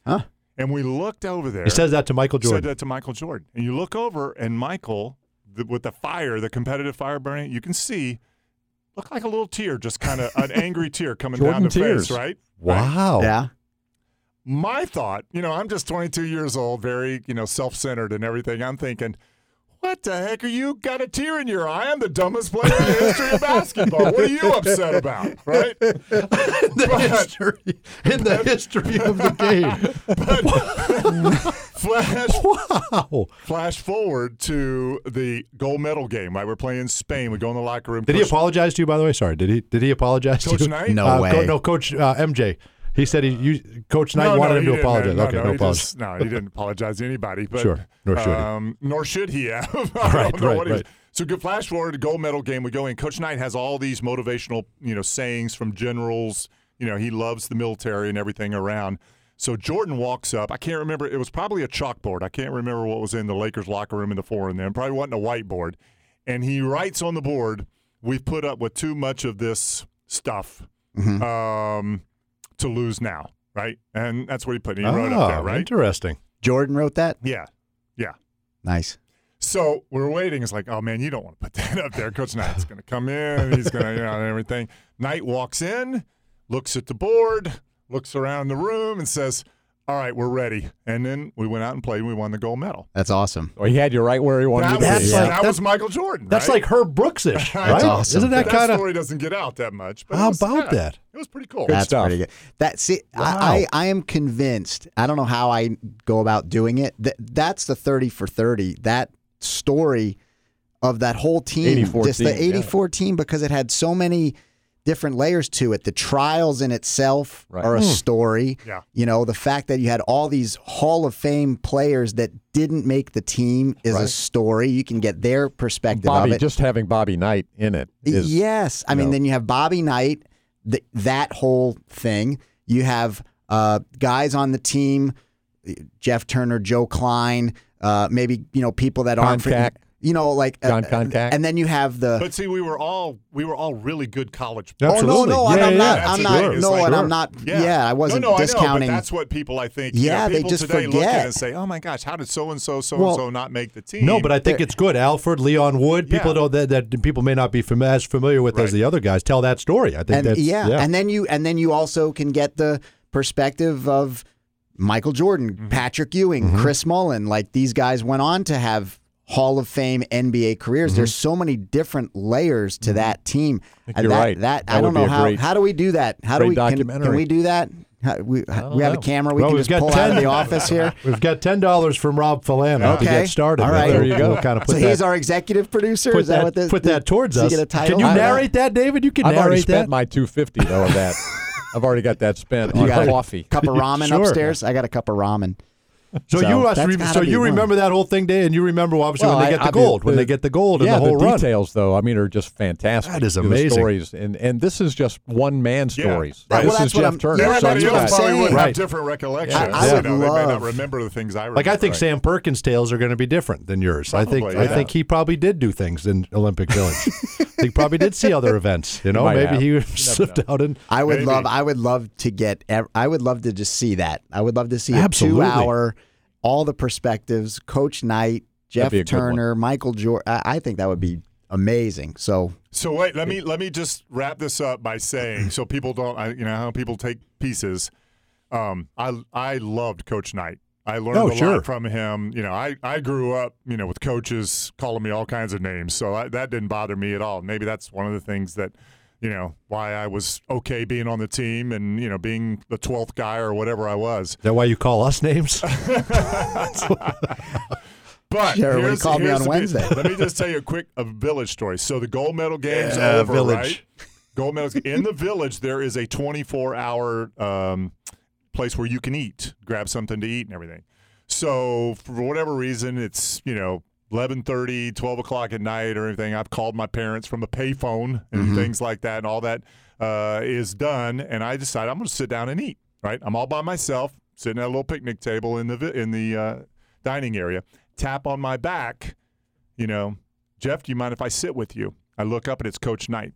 C: Huh?
E: And we looked over there
B: He says that to Michael
E: said
B: Jordan.
E: that to Michael Jordan. And you look over, and Michael, the, with the fire, the competitive fire burning, you can see, look like a little tear, just kind of an angry tear coming down
D: Jordan
E: the
D: tears.
E: face, right?
B: Wow.
C: Yeah.
E: My thought, you know, I'm just 22 years old, very, you know, self-centered and everything. I'm thinking, what the heck are you got a tear in your eye? I'm the dumbest player in the history of basketball. What are you upset about, right?
B: In the history, in the history of the game.
E: Flash
B: Wow.
E: flash forward to the gold medal game, right? We're playing Spain. We go in the locker room.
B: Did he
E: push-
B: apologize to you? By the way, sorry. Did he? Did he apologize
E: Coach
B: to you?
E: Knight?
C: No
B: Uh,
C: way.
B: Co- no, Coach uh, MJ. He said he. You, Coach Knight wanted
E: he
B: him to
E: didn't.
B: apologize.
E: No,
B: okay,
E: no,
B: no,
E: he
B: apology.
E: just- no, he didn't apologize to anybody. But,
B: Sure. Nor should he.
E: um, he. Nor should he have. I
B: Right,
E: don't know
B: right,
E: what he was-
B: right.
E: So good flash forward to gold medal game. We go in. Coach Knight has all these motivational, you know, sayings from generals. You know, he loves the military and everything around. So Jordan walks up. I can't remember. It was probably a chalkboard. I can't remember what was in the Lakers locker room in the forum then. Probably wasn't a whiteboard. And he writes on the board, we've put up with too much of this stuff. Um, to lose now, right? And that's what he put. He wrote up there,
B: Oh,
E: right?
B: Interesting.
C: Jordan wrote that.
E: yeah, yeah.
C: Nice.
E: So we're waiting. It's like, oh man, you don't want to put that up there. Coach Knight's going to come in. He's going to, you know, and everything. Knight walks in, looks at the board, looks around the room, and says, "All right, we're ready." And then we went out and played, and we won the gold medal.
C: That's awesome.
D: Or he had you right where he wanted you
E: That
D: to
E: was,
D: be.
B: That's like-
E: that was Michael Jordan.
B: That's
E: right?
B: like Herb Brooksish, right?
C: awesome.
B: Isn't that
E: that
B: kind of?
E: story doesn't get out that much. But it
B: How
E: was-
B: about
E: yeah,
B: that?
E: It was pretty cool.
C: That's
D: stuff.
C: pretty good. That see, I, I I am convinced. I don't know how I go about doing it. That that's the thirty for thirty. That story of that whole team,
D: 84
C: just the
D: team, yeah.
C: eighty four team, because it had so many different layers to it. The trials in itself
D: Right. Hmm.
C: are a story.
E: Yeah.
C: You know, the fact that you had all these Hall of Fame players that didn't make the team is a story. You can get their perspective of
D: Bobby,
C: it.
D: just having Bobby Knight in it is
C: Yes, I mean,
D: know.
C: then you have Bobby Knight, th- that whole thing. You have uh, guys on the team, Jeff Turner, Joe Klein, uh, maybe you know people that aren't,
D: Konchak.
C: you know, like uh,
D: John Konchak.
C: and then you have the.
E: But see, we were all we were all really good college.
B: Yeah.
E: players.
C: oh
B: absolutely.
C: no, no, I'm,
B: Yeah,
C: I'm
B: yeah,
C: not.
B: yeah.
C: I'm
E: That's
C: not.
E: the thing. It's
C: No,
E: like,
C: and I'm
E: sure.
C: not. Yeah, I wasn't
E: no, no, I know,
C: discounting.
E: but that's what people I think.
C: Yeah,
E: you know,
C: they
E: people
C: just
E: today look at it
C: forget.
E: and say, "Oh my gosh, how did so and so, so and
C: Well,
E: so not make the team?"
B: No, but I think it's good. Alfred, Leon Wood, people
E: Yeah.
B: don't that, that people may not be fam- as familiar with as
E: Right.
B: the other guys tell that story. I think
C: and
B: that's
C: yeah, and then you and then you also can get the perspective of Michael Jordan,
B: Mm-hmm.
C: Patrick Ewing, Chris Mullen. Like these guys went on to have Hall of Fame NBA careers. There's
B: Mm-hmm.
C: so many different layers to that team.
D: think
C: And
D: you're
C: that,
D: right.
C: That,
D: That
C: I
D: would
C: don't
D: be
C: know
D: a
C: how.
D: great-
C: how do we do that? How do
D: great
C: we can, can
D: documentary.
C: we do that? How, we we have
D: know.
C: a camera. We
B: Well,
C: can
B: we've
C: just
B: got
C: pull out
B: 10.
C: of the office here.
B: We've got ten dollars from Rob Falano to
C: Okay.
B: get started.
C: All
B: We'll-
C: right.
B: we'll-
C: There you
D: go.
B: we'll kind of
C: So
B: put
C: he's
B: that,
C: our executive producer.
B: put
C: Is that,
B: that,
C: what this?
B: put that towards
C: does
B: us.
C: He get a title
B: Can you
C: for that?
B: narrate that, David? You can
D: I've already
B: narrate that.
D: spent my 250 though of that. I've already got that spent on
C: You got
D: coffee.
C: a cup of ramen
B: Sure.
C: upstairs. I got a cup of ramen.
B: so,
C: So
B: you must
C: that's
B: re-
C: gotta
B: so
C: be
B: you
C: one.
B: remember that whole thing, day, and you remember obviously
D: Well,
B: when they
D: I-
B: get
D: I
B: the
D: mean,
B: gold, when
D: the-
B: they get the gold,
D: yeah,
B: and the whole
D: the
B: run.
D: details though, I mean, are just fantastic.
B: That is
D: The
B: amazing.
D: stories and and this is just one man
E: Yeah.
D: stories.
E: Right.
D: This
C: Well,
D: is
C: that's what
D: Jeff
C: I'm-
D: Turner.
C: yeah,
D: so
E: everybody
C: that's
D: you
C: what I'm
E: else probably
C: saying.
E: would
B: Right.
E: have different recollections.
B: I- I
E: you
C: would
E: know, they may not
C: love-
E: remember the things I remember.
B: Like I think
E: right?
B: Sam Perkins' tales are going to be different than yours. I think
E: Probably,
B: I think
E: yeah.
B: he probably did do things in Olympic Village. he probably did see other events. You know,
D: might
B: maybe
D: have.
B: he
D: You
B: was slipped out and
C: I would
E: Maybe.
C: love. I would love to get. ev- I would love to just see that. I would love to see
B: Absolutely.
C: a two-hour, all the perspectives. Coach Knight, Jeff
D: be a good one.
C: Turner, Michael Jordan. I, I think that would be amazing. So
E: So wait, let me let me just wrap this up by saying, so people don't, I, you know, how people take pieces. Um, I I loved Coach Knight. I learned
C: Oh,
B: No,
E: a
B: sure.
E: lot from him. You know, I, I grew up, you know, with coaches calling me all kinds of names, so I, that didn't bother me at all. Maybe that's one of the things that, you know, why I was okay being on the team and you know being the twelfth guy or whatever I was.
B: Is that why you call us names?
E: But
C: Sure, when he
E: here's,
C: called me
E: here's
C: on
E: the-
C: Wednesday.
E: let me just tell you a quick a village story. So the gold medal game's
B: Yeah, uh,
E: over,
B: Village.
E: right? Gold medals in the village. There is a 24 hour um, place where you can eat, grab something to eat, and everything. So for whatever reason, it's you know 11:30, 12 o'clock at night, or anything. I've called my parents from a payphone and
B: Mm-hmm.
E: things like that, and all that uh, is done. And I decide I'm going to sit down and eat. Right, I'm all by myself, sitting at a little picnic table in the vi- in the uh, dining area. Tap on my back, you know, Jeff. Do you mind if I sit with you? I look up and it's Coach Knight.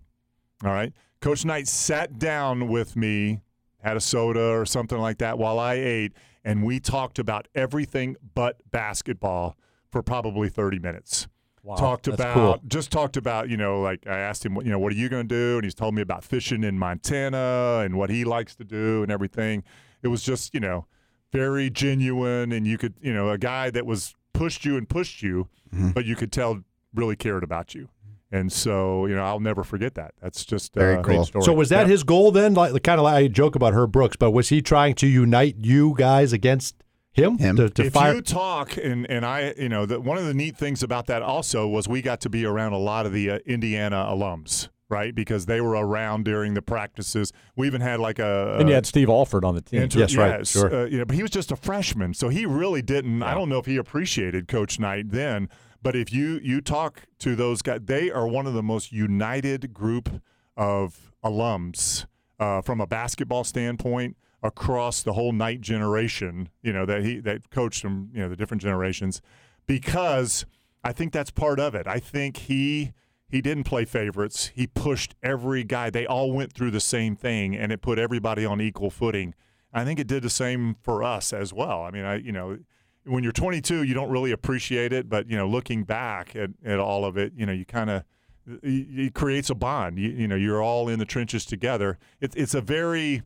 E: All right. Coach Knight sat down with me, had a soda or something like that while I ate, and we talked about everything but basketball for probably 30 minutes. talked
B: that's
E: about
B: cool.
E: just talked about, you know, like I asked him, you know, what are you going to do? And he's told me about fishing in Montana and what he likes to do and everything. It was just, you know, very genuine and you could, you know, a guy that was pushed you and pushed you,
C: Mm-hmm.
E: but you could tell really cared about you. And so, you know, I'll never forget that. That's just
C: Very cool.
E: uh, great story.
B: So was that
E: Yeah.
B: his goal then? Like kind of like I joke about Herb Brooks, but was he trying to unite you guys against him,
C: Him.
B: to, to
E: if
B: fire?
E: you talk and and I you know that one of the neat things about that also was we got to be around a lot of the uh, Indiana alums right because they were around during the practices we even had like a
D: and you had Steve Alford on the team.
E: Inter-
B: Yes, right,
E: yes,
B: sure.
E: uh, you know, but he was just a freshman, so he really didn't. I don't know if he appreciated Coach Knight then, but if you you talk to those guys, they are one of the most united group of alums uh, from a basketball standpoint across the whole Knight generation. You know that he that coached from you know the different generations because I think that's part of it. I think he he didn't play favorites. He pushed every guy. They all went through the same thing, and it put everybody on equal footing. I think it did the same for us as well. I mean, I you know, when you're 22, you don't really appreciate it, but you know, looking back at, at all of it, you know, you kind of it creates a bond. You, you know, you're all in the trenches together. It's it's a very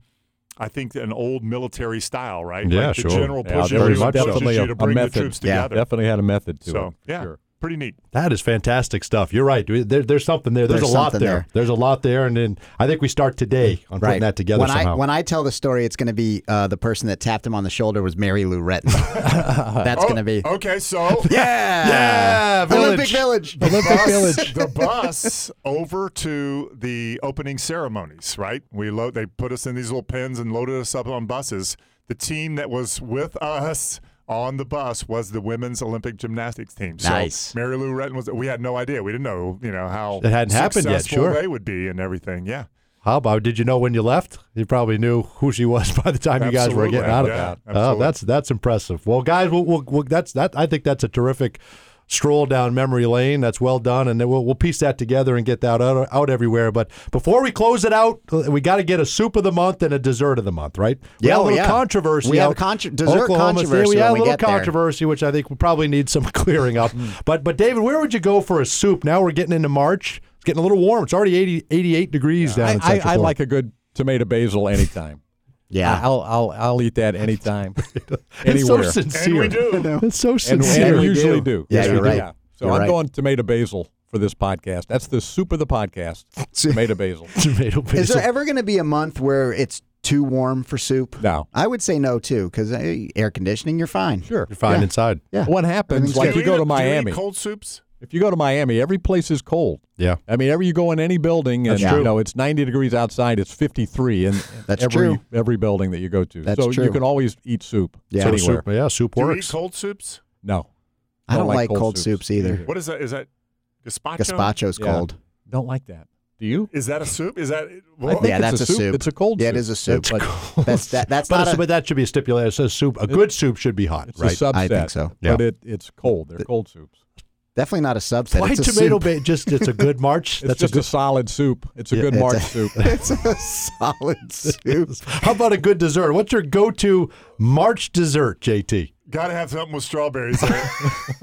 E: I think an old military style, right?
B: Yeah,
E: like the
B: sure.
E: General
D: Yeah,
E: pushes
D: there
E: you,
D: was
E: pushes
D: definitely
E: you
D: a-
E: to
D: a
E: bring the
D: method.
E: troops
C: Yeah,
E: together.
D: Definitely had a method to it.
E: so yeah,
D: sure.
E: pretty neat.
B: That is fantastic stuff. You're right. There, there's something there. There's,
C: There's
B: a lot there.
C: something there.
B: There's a lot there, and then I think we start today on putting that together
C: when
B: somehow.
C: I when I tell the story, it's going to be uh, the person that tapped him on the shoulder was Mary Lou Retton. That's going to be
E: Okay, so
C: yeah,
B: Yeah,
C: Olympic Village.
D: Olympic Village.
E: the bus over to the opening ceremonies, right? We load they put us in these little pins and loaded us up on buses. The team that was with us on the bus was the women's Olympic gymnastics team. So
C: Nice.
E: Mary Lou Retton was we had no idea. We didn't know, you know, how
B: It hadn't happened yet,
E: successful
B: sure.
E: they would be and everything. Yeah.
B: How about? Did you know when you left? You probably knew who she was by the time you guys were
E: Absolutely,
B: getting out of
E: yeah,
B: that. Oh,
E: absolutely.
B: that's that's impressive. Well, guys, we'll, we'll, we'll, that's that. I think that's a terrific stroll down memory lane. That's well done, and then we'll, we'll piece that together and get that out, out everywhere. But before we close it out, we got to get a soup of the month and a dessert of the month, right? We
C: Yeah,
B: had a
C: oh,
B: little
C: yeah.
B: controversy.
C: We have
B: out-
C: a contro- dessert
B: Oklahoma City,
C: controversy
B: We had
C: when
B: a
C: we
B: little
C: get there.
B: controversy, which I think we probably need some clearing up. but but David, where would you go for a soup? Now we're getting into March. It's getting a little warm. It's already 80, 88 degrees down
D: I,
B: in Central
D: I, I
B: Florida.
D: like a good tomato basil anytime.
C: Yeah.
D: I'll I'll I'll eat that anytime,
B: It's so
D: anywhere.
E: And
B: sincere.
E: we do.
B: It's so
D: and, and
B: sincere.
D: we usually do.
C: Yeah, you're right.
D: So
C: You're
D: I'm
C: right.
D: going tomato basil for this podcast. That's the soup of the podcast. tomato basil.
B: Tomato
C: Is
B: basil.
C: there ever going to be a month where it's too warm for soup?
D: No.
C: I would say no too because air conditioning, you're fine.
D: Sure.
B: You're fine inside.
C: Yeah.
D: What happens?
C: Everything's
D: Like
E: Do
D: you
E: we
D: go to
E: eat- do we eat
D: Miami.
E: Cold soups?
D: If you go to Miami, every place is cold.
B: Yeah.
D: I mean, every you go in any building, and
C: That's true.
D: you know it's 90 degrees outside. It's 53 in
C: That's
D: every
C: true.
D: every building that you go to.
C: That's
D: so you
C: true.
D: can always eat soup
C: Yeah.
B: So
D: anywhere.
B: soup, yeah, soup
E: Do you eat
B: works.
E: cold soups?
D: No,
C: I don't like cold soups either.
E: What is that? Is that gazpacho?
C: Gazpacho's
D: Yeah.
C: cold.
D: Don't like that. Do you?
E: Is that a soup? Is
D: I
E: that
D: think
C: Yeah,
D: it's
C: that's
D: a
C: a
D: soup.
C: soup.
D: It's a cold.
C: Yeah,
D: soup.
C: it is a soup.
D: But
C: That's that. That's
B: But,
C: not
B: a-
C: a,
B: but that should be stipulated. It says soup. A good soup should be hot,
D: it's a
B: right?
D: subset.
C: I think so.
B: Yeah.
D: But it, it's cold. They're cold soups.
C: definitely not a subset.
B: Why
C: it's a
B: tomato
C: soup.
B: ba- just it's a good March.
D: It's
B: That's a
D: just a,
B: good.
D: solid soup. It's a
B: Yeah,
D: good
C: it's
D: March
C: a-
D: soup.
C: it's a solid soup.
B: How about a good dessert? What's your go-to March dessert, JT?
E: Got to have something with strawberries there.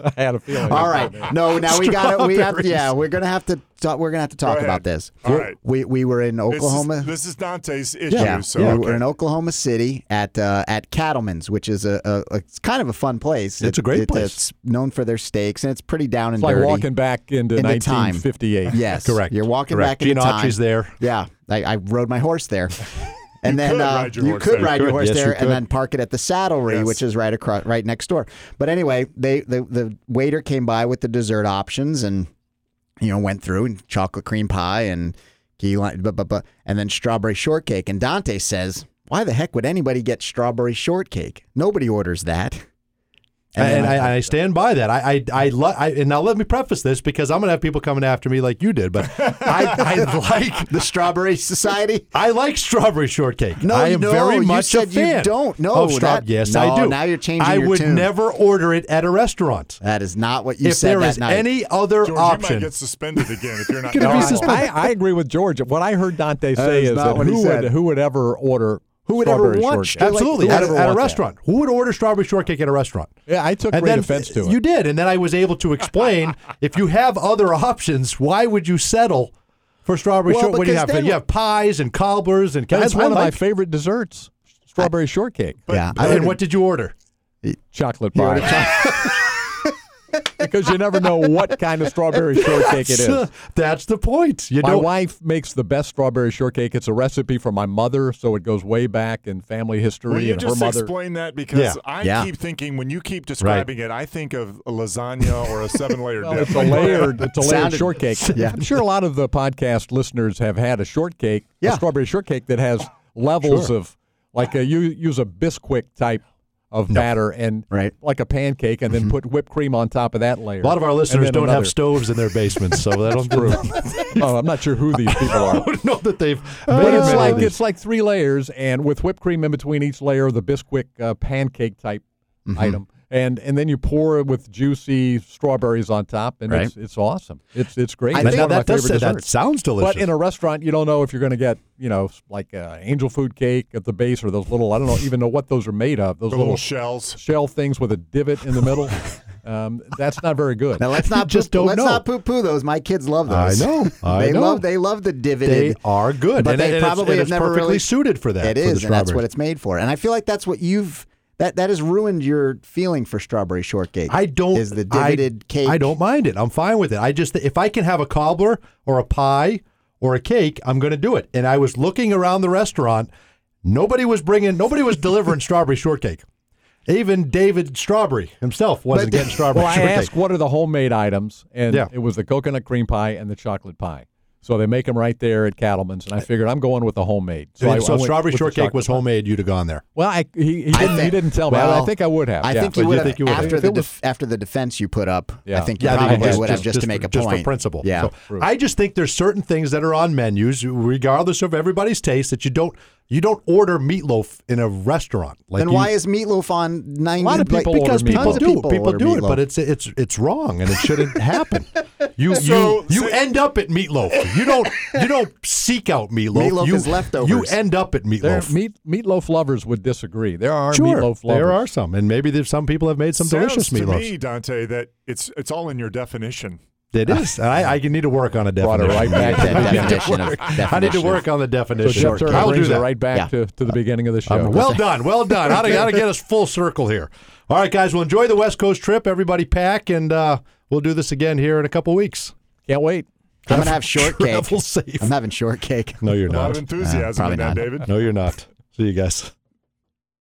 D: I had a feeling.
C: All right. No, now we got it. We have yeah, we're going to have to talk, we're going to have to talk
E: ahead.
C: about this.
E: All right.
C: We we were in
E: This is-
C: Oklahoma.
E: This is, Dante's issue.
C: yeah,
E: So
C: we
E: okay.
C: were in Oklahoma City at uh, at Cattleman's, which is a, a, a it's kind of a fun place.
B: It's a great place.
C: It's known for their steaks, and it's pretty down and
D: It's like
C: dirty.
D: walking back into
C: In the time.
D: 1958.
C: Yes,
B: Correct.
C: You're walking
B: Correct.
C: back in
B: Gene
C: the time.
B: Autry's there.
C: Yeah, I, I rode my horse there. And then
E: could
C: uh,
E: ride your
C: you
E: horse
C: could
E: there.
C: ride your
B: Could.
C: horse
B: Yes, you
C: there,
B: could.
C: and then park it at the saddlery,
E: Yes.
C: which is right across, right next door. But anyway, they the, the waiter came by with the dessert options, and you know went through and chocolate cream pie and key lime, but but but, and then strawberry shortcake. And Dante says, "Why the heck would anybody get strawberry shortcake? Nobody orders that."
B: And,
C: then
B: I, I stand by that. I I, I, lo- I and now let me preface this because I'm gonna have people coming after me like you did, but I, I like
C: the Strawberry Society.
B: I like strawberry shortcake.
C: No,
B: I am
C: no,
B: very
C: you
B: much
C: said
B: a
C: you
B: fan.
C: don't. No,
B: of strawberry.
C: that-
B: yes,
C: no,
B: I do.
C: now you're changing
B: I
C: your
B: would
C: tune.
B: never order it at a restaurant.
C: That is not what you
B: if
C: said
B: there
C: that
B: is
C: night.
B: any other
E: George, you might
B: option,
E: get suspended again if you're not.
B: Gonna be
E: careful.
B: suspended.
D: I, I agree with George. What I heard Dante say
C: is
D: is
C: not
D: that
C: what he
D: who
C: said.
D: would who would ever order
C: Who would ever
D: strawberry
C: want
D: shortcake?
C: strawberry-
B: absolutely,
C: Like,
B: at,
C: whoever
B: a, at a
C: wants that.
B: restaurant, who would order strawberry shortcake at a restaurant?
D: Yeah, I took
B: And
D: great
B: then
D: offense to it.
B: you did, and then I was able to explain if you have other options, why would you settle for strawberry
C: Well,
B: shortcake? What do you
C: because
B: have?
C: then-
B: You have pies and cobblers and
D: That's
B: I- I
D: one of my
B: like-
D: favorite desserts: strawberry shortcake,
C: yeah, I
B: And
C: would
B: what did you order?
D: chocolate pie. because you never know what kind of strawberry shortcake it is.
B: That's the point. You
D: My
B: know,
D: wife makes the best strawberry shortcake. It's a recipe from my mother, so it goes way back in family history
E: Will you
D: and
E: just
D: her mother.
E: explain that because
B: Yeah.
E: I
C: Yeah.
E: keep thinking when you keep describing it, I think of a lasagna or a seven-layer
D: Well,
E: dip.
D: it's a layered, it's a layered
C: Sounded-
D: shortcake.
C: Yeah.
D: I'm sure a lot of the podcast listeners have had a shortcake,
C: Yeah.
D: a strawberry shortcake that has levels of like a, you use a Bisquick type of batter and
C: Right.
D: like a pancake, and then put whipped cream on top of that layer.
B: Mm-hmm. a lot of our
D: And
B: listeners
D: then
B: don't
D: another.
B: have stoves in their basements, so that don't
D: True. oh, I'm not sure who these people are.
B: don't know that they've.
D: But
B: made
D: it's
B: many
D: like
B: of these.
D: it's like three layers, and with whipped cream in between each layer, the Bisquick uh, pancake type
B: Mm-hmm.
D: item, and and then you pour it with juicy strawberries on top, and
C: Right.
D: it's it's awesome. It's it's great.
C: I
D: it's
B: Now,
D: one of my
B: that does
D: favorite
B: say- that
D: desserts.
B: sounds delicious.
D: But in a restaurant, you don't know if you're going to get you know s- like uh, angel food cake at the base or those little I don't know even know what those are made of. Those
E: the
D: little
E: little shells.
D: shell things with a divot in the middle. um, that's not very good.
C: Now let's not
B: just
C: poo-
B: don't
C: let's
B: know.
C: not poo poo those. My kids love those.
B: I know. I
C: they
B: know.
C: love they love the
B: they
C: dividend.
B: are good,
C: but
B: and,
C: they
B: and it's-
C: probably
B: and
C: have
B: it's
C: never
B: perfectly
C: really-
B: suited for that.
C: it
B: for the
C: is, and that's what
B: strawberries.
C: it's made for. And I feel like that's what you've that that has ruined your feeling for strawberry shortcake.
B: I don't.
C: is the
B: I-
C: dividend cake.
B: I don't mind it. I'm fine with it. I just if I can have a cobbler or a pie or a cake, I'm going to do it. And I was looking around the restaurant. Nobody was bringing. Nobody was delivering strawberry shortcake. Even David Strawberry himself wasn't getting strawberry
D: Well, I
B: shortcake.
D: asked what are the homemade items, and
B: Yeah.
D: it was the coconut cream pie and the chocolate pie. So they make them right there at Cattleman's, and I figured I'm going with the homemade.
B: so
D: I, I went
B: strawberry
D: with the
B: shortcake
D: chocolate
B: was
D: pie.
B: homemade. You'd have gone there.
D: Well, I, he, he,
C: I
D: didn't, he
C: think-
D: didn't tell me. I
C: well,
D: think I would have.
C: I
D: yeah.
C: think you
B: But
C: would
B: you
C: have
B: think you would have.
C: after
B: If
C: the
B: it was-
C: def- after the defense you put up. I
D: Yeah.
C: think you
B: I think
C: probably
B: just-
C: would have
B: just-
C: just, to
B: just
C: make a
B: just
C: point.
B: for principle.
C: Yeah.
B: So I just think there's certain things that are on menus, regardless of everybody's taste, that you don't you don't order meatloaf in a restaurant. Like
C: then
B: you-
C: why is meatloaf on ninety?
D: A lot of
C: like-
D: people
B: because
D: order
B: people
C: meatloaf?
B: do
C: People
B: people,
C: order
B: do it,
C: meatloaf.
B: but it's it's it's wrong and it shouldn't happen. You
E: So-
B: you you
E: so-
B: end up at meatloaf. You don't you don't seek out meatloaf.
C: Meatloaf
B: you,
C: is leftovers.
B: You end up at
D: There,
B: meatloaf.
D: meat, meatloaf lovers would disagree. There are
B: sure,
D: meatloaf lovers.
B: there are some, and maybe there's some people have made some
E: Sounds
B: delicious
E: to
B: meatloafs.
E: me, Dante, that it's it's all in your definition.
B: It is. And I, I need to work on a
D: Brought it
B: definition.
D: right back to
C: That
D: the
C: definition
B: I
C: of
B: need to
C: definition of-
B: work on the
D: So
B: definition.
D: Jeff Turner
B: I'll do
D: brings it
B: that.
D: right back to, to the beginning of the show.
B: Um, well done, well done. How to, how to get us full circle here. All right, guys, we'll enjoy the West Coast trip. Everybody pack, and uh, we'll do this again here in a couple weeks.
D: Can't wait.
C: I'm gonna have shortcake.
B: Travel safe.
C: I'm having shortcake.
B: No, you're
E: A lot of
B: not.
E: enthusiasm
C: probably
E: in that,
C: not.
E: David.
B: No, you're not. See you guys.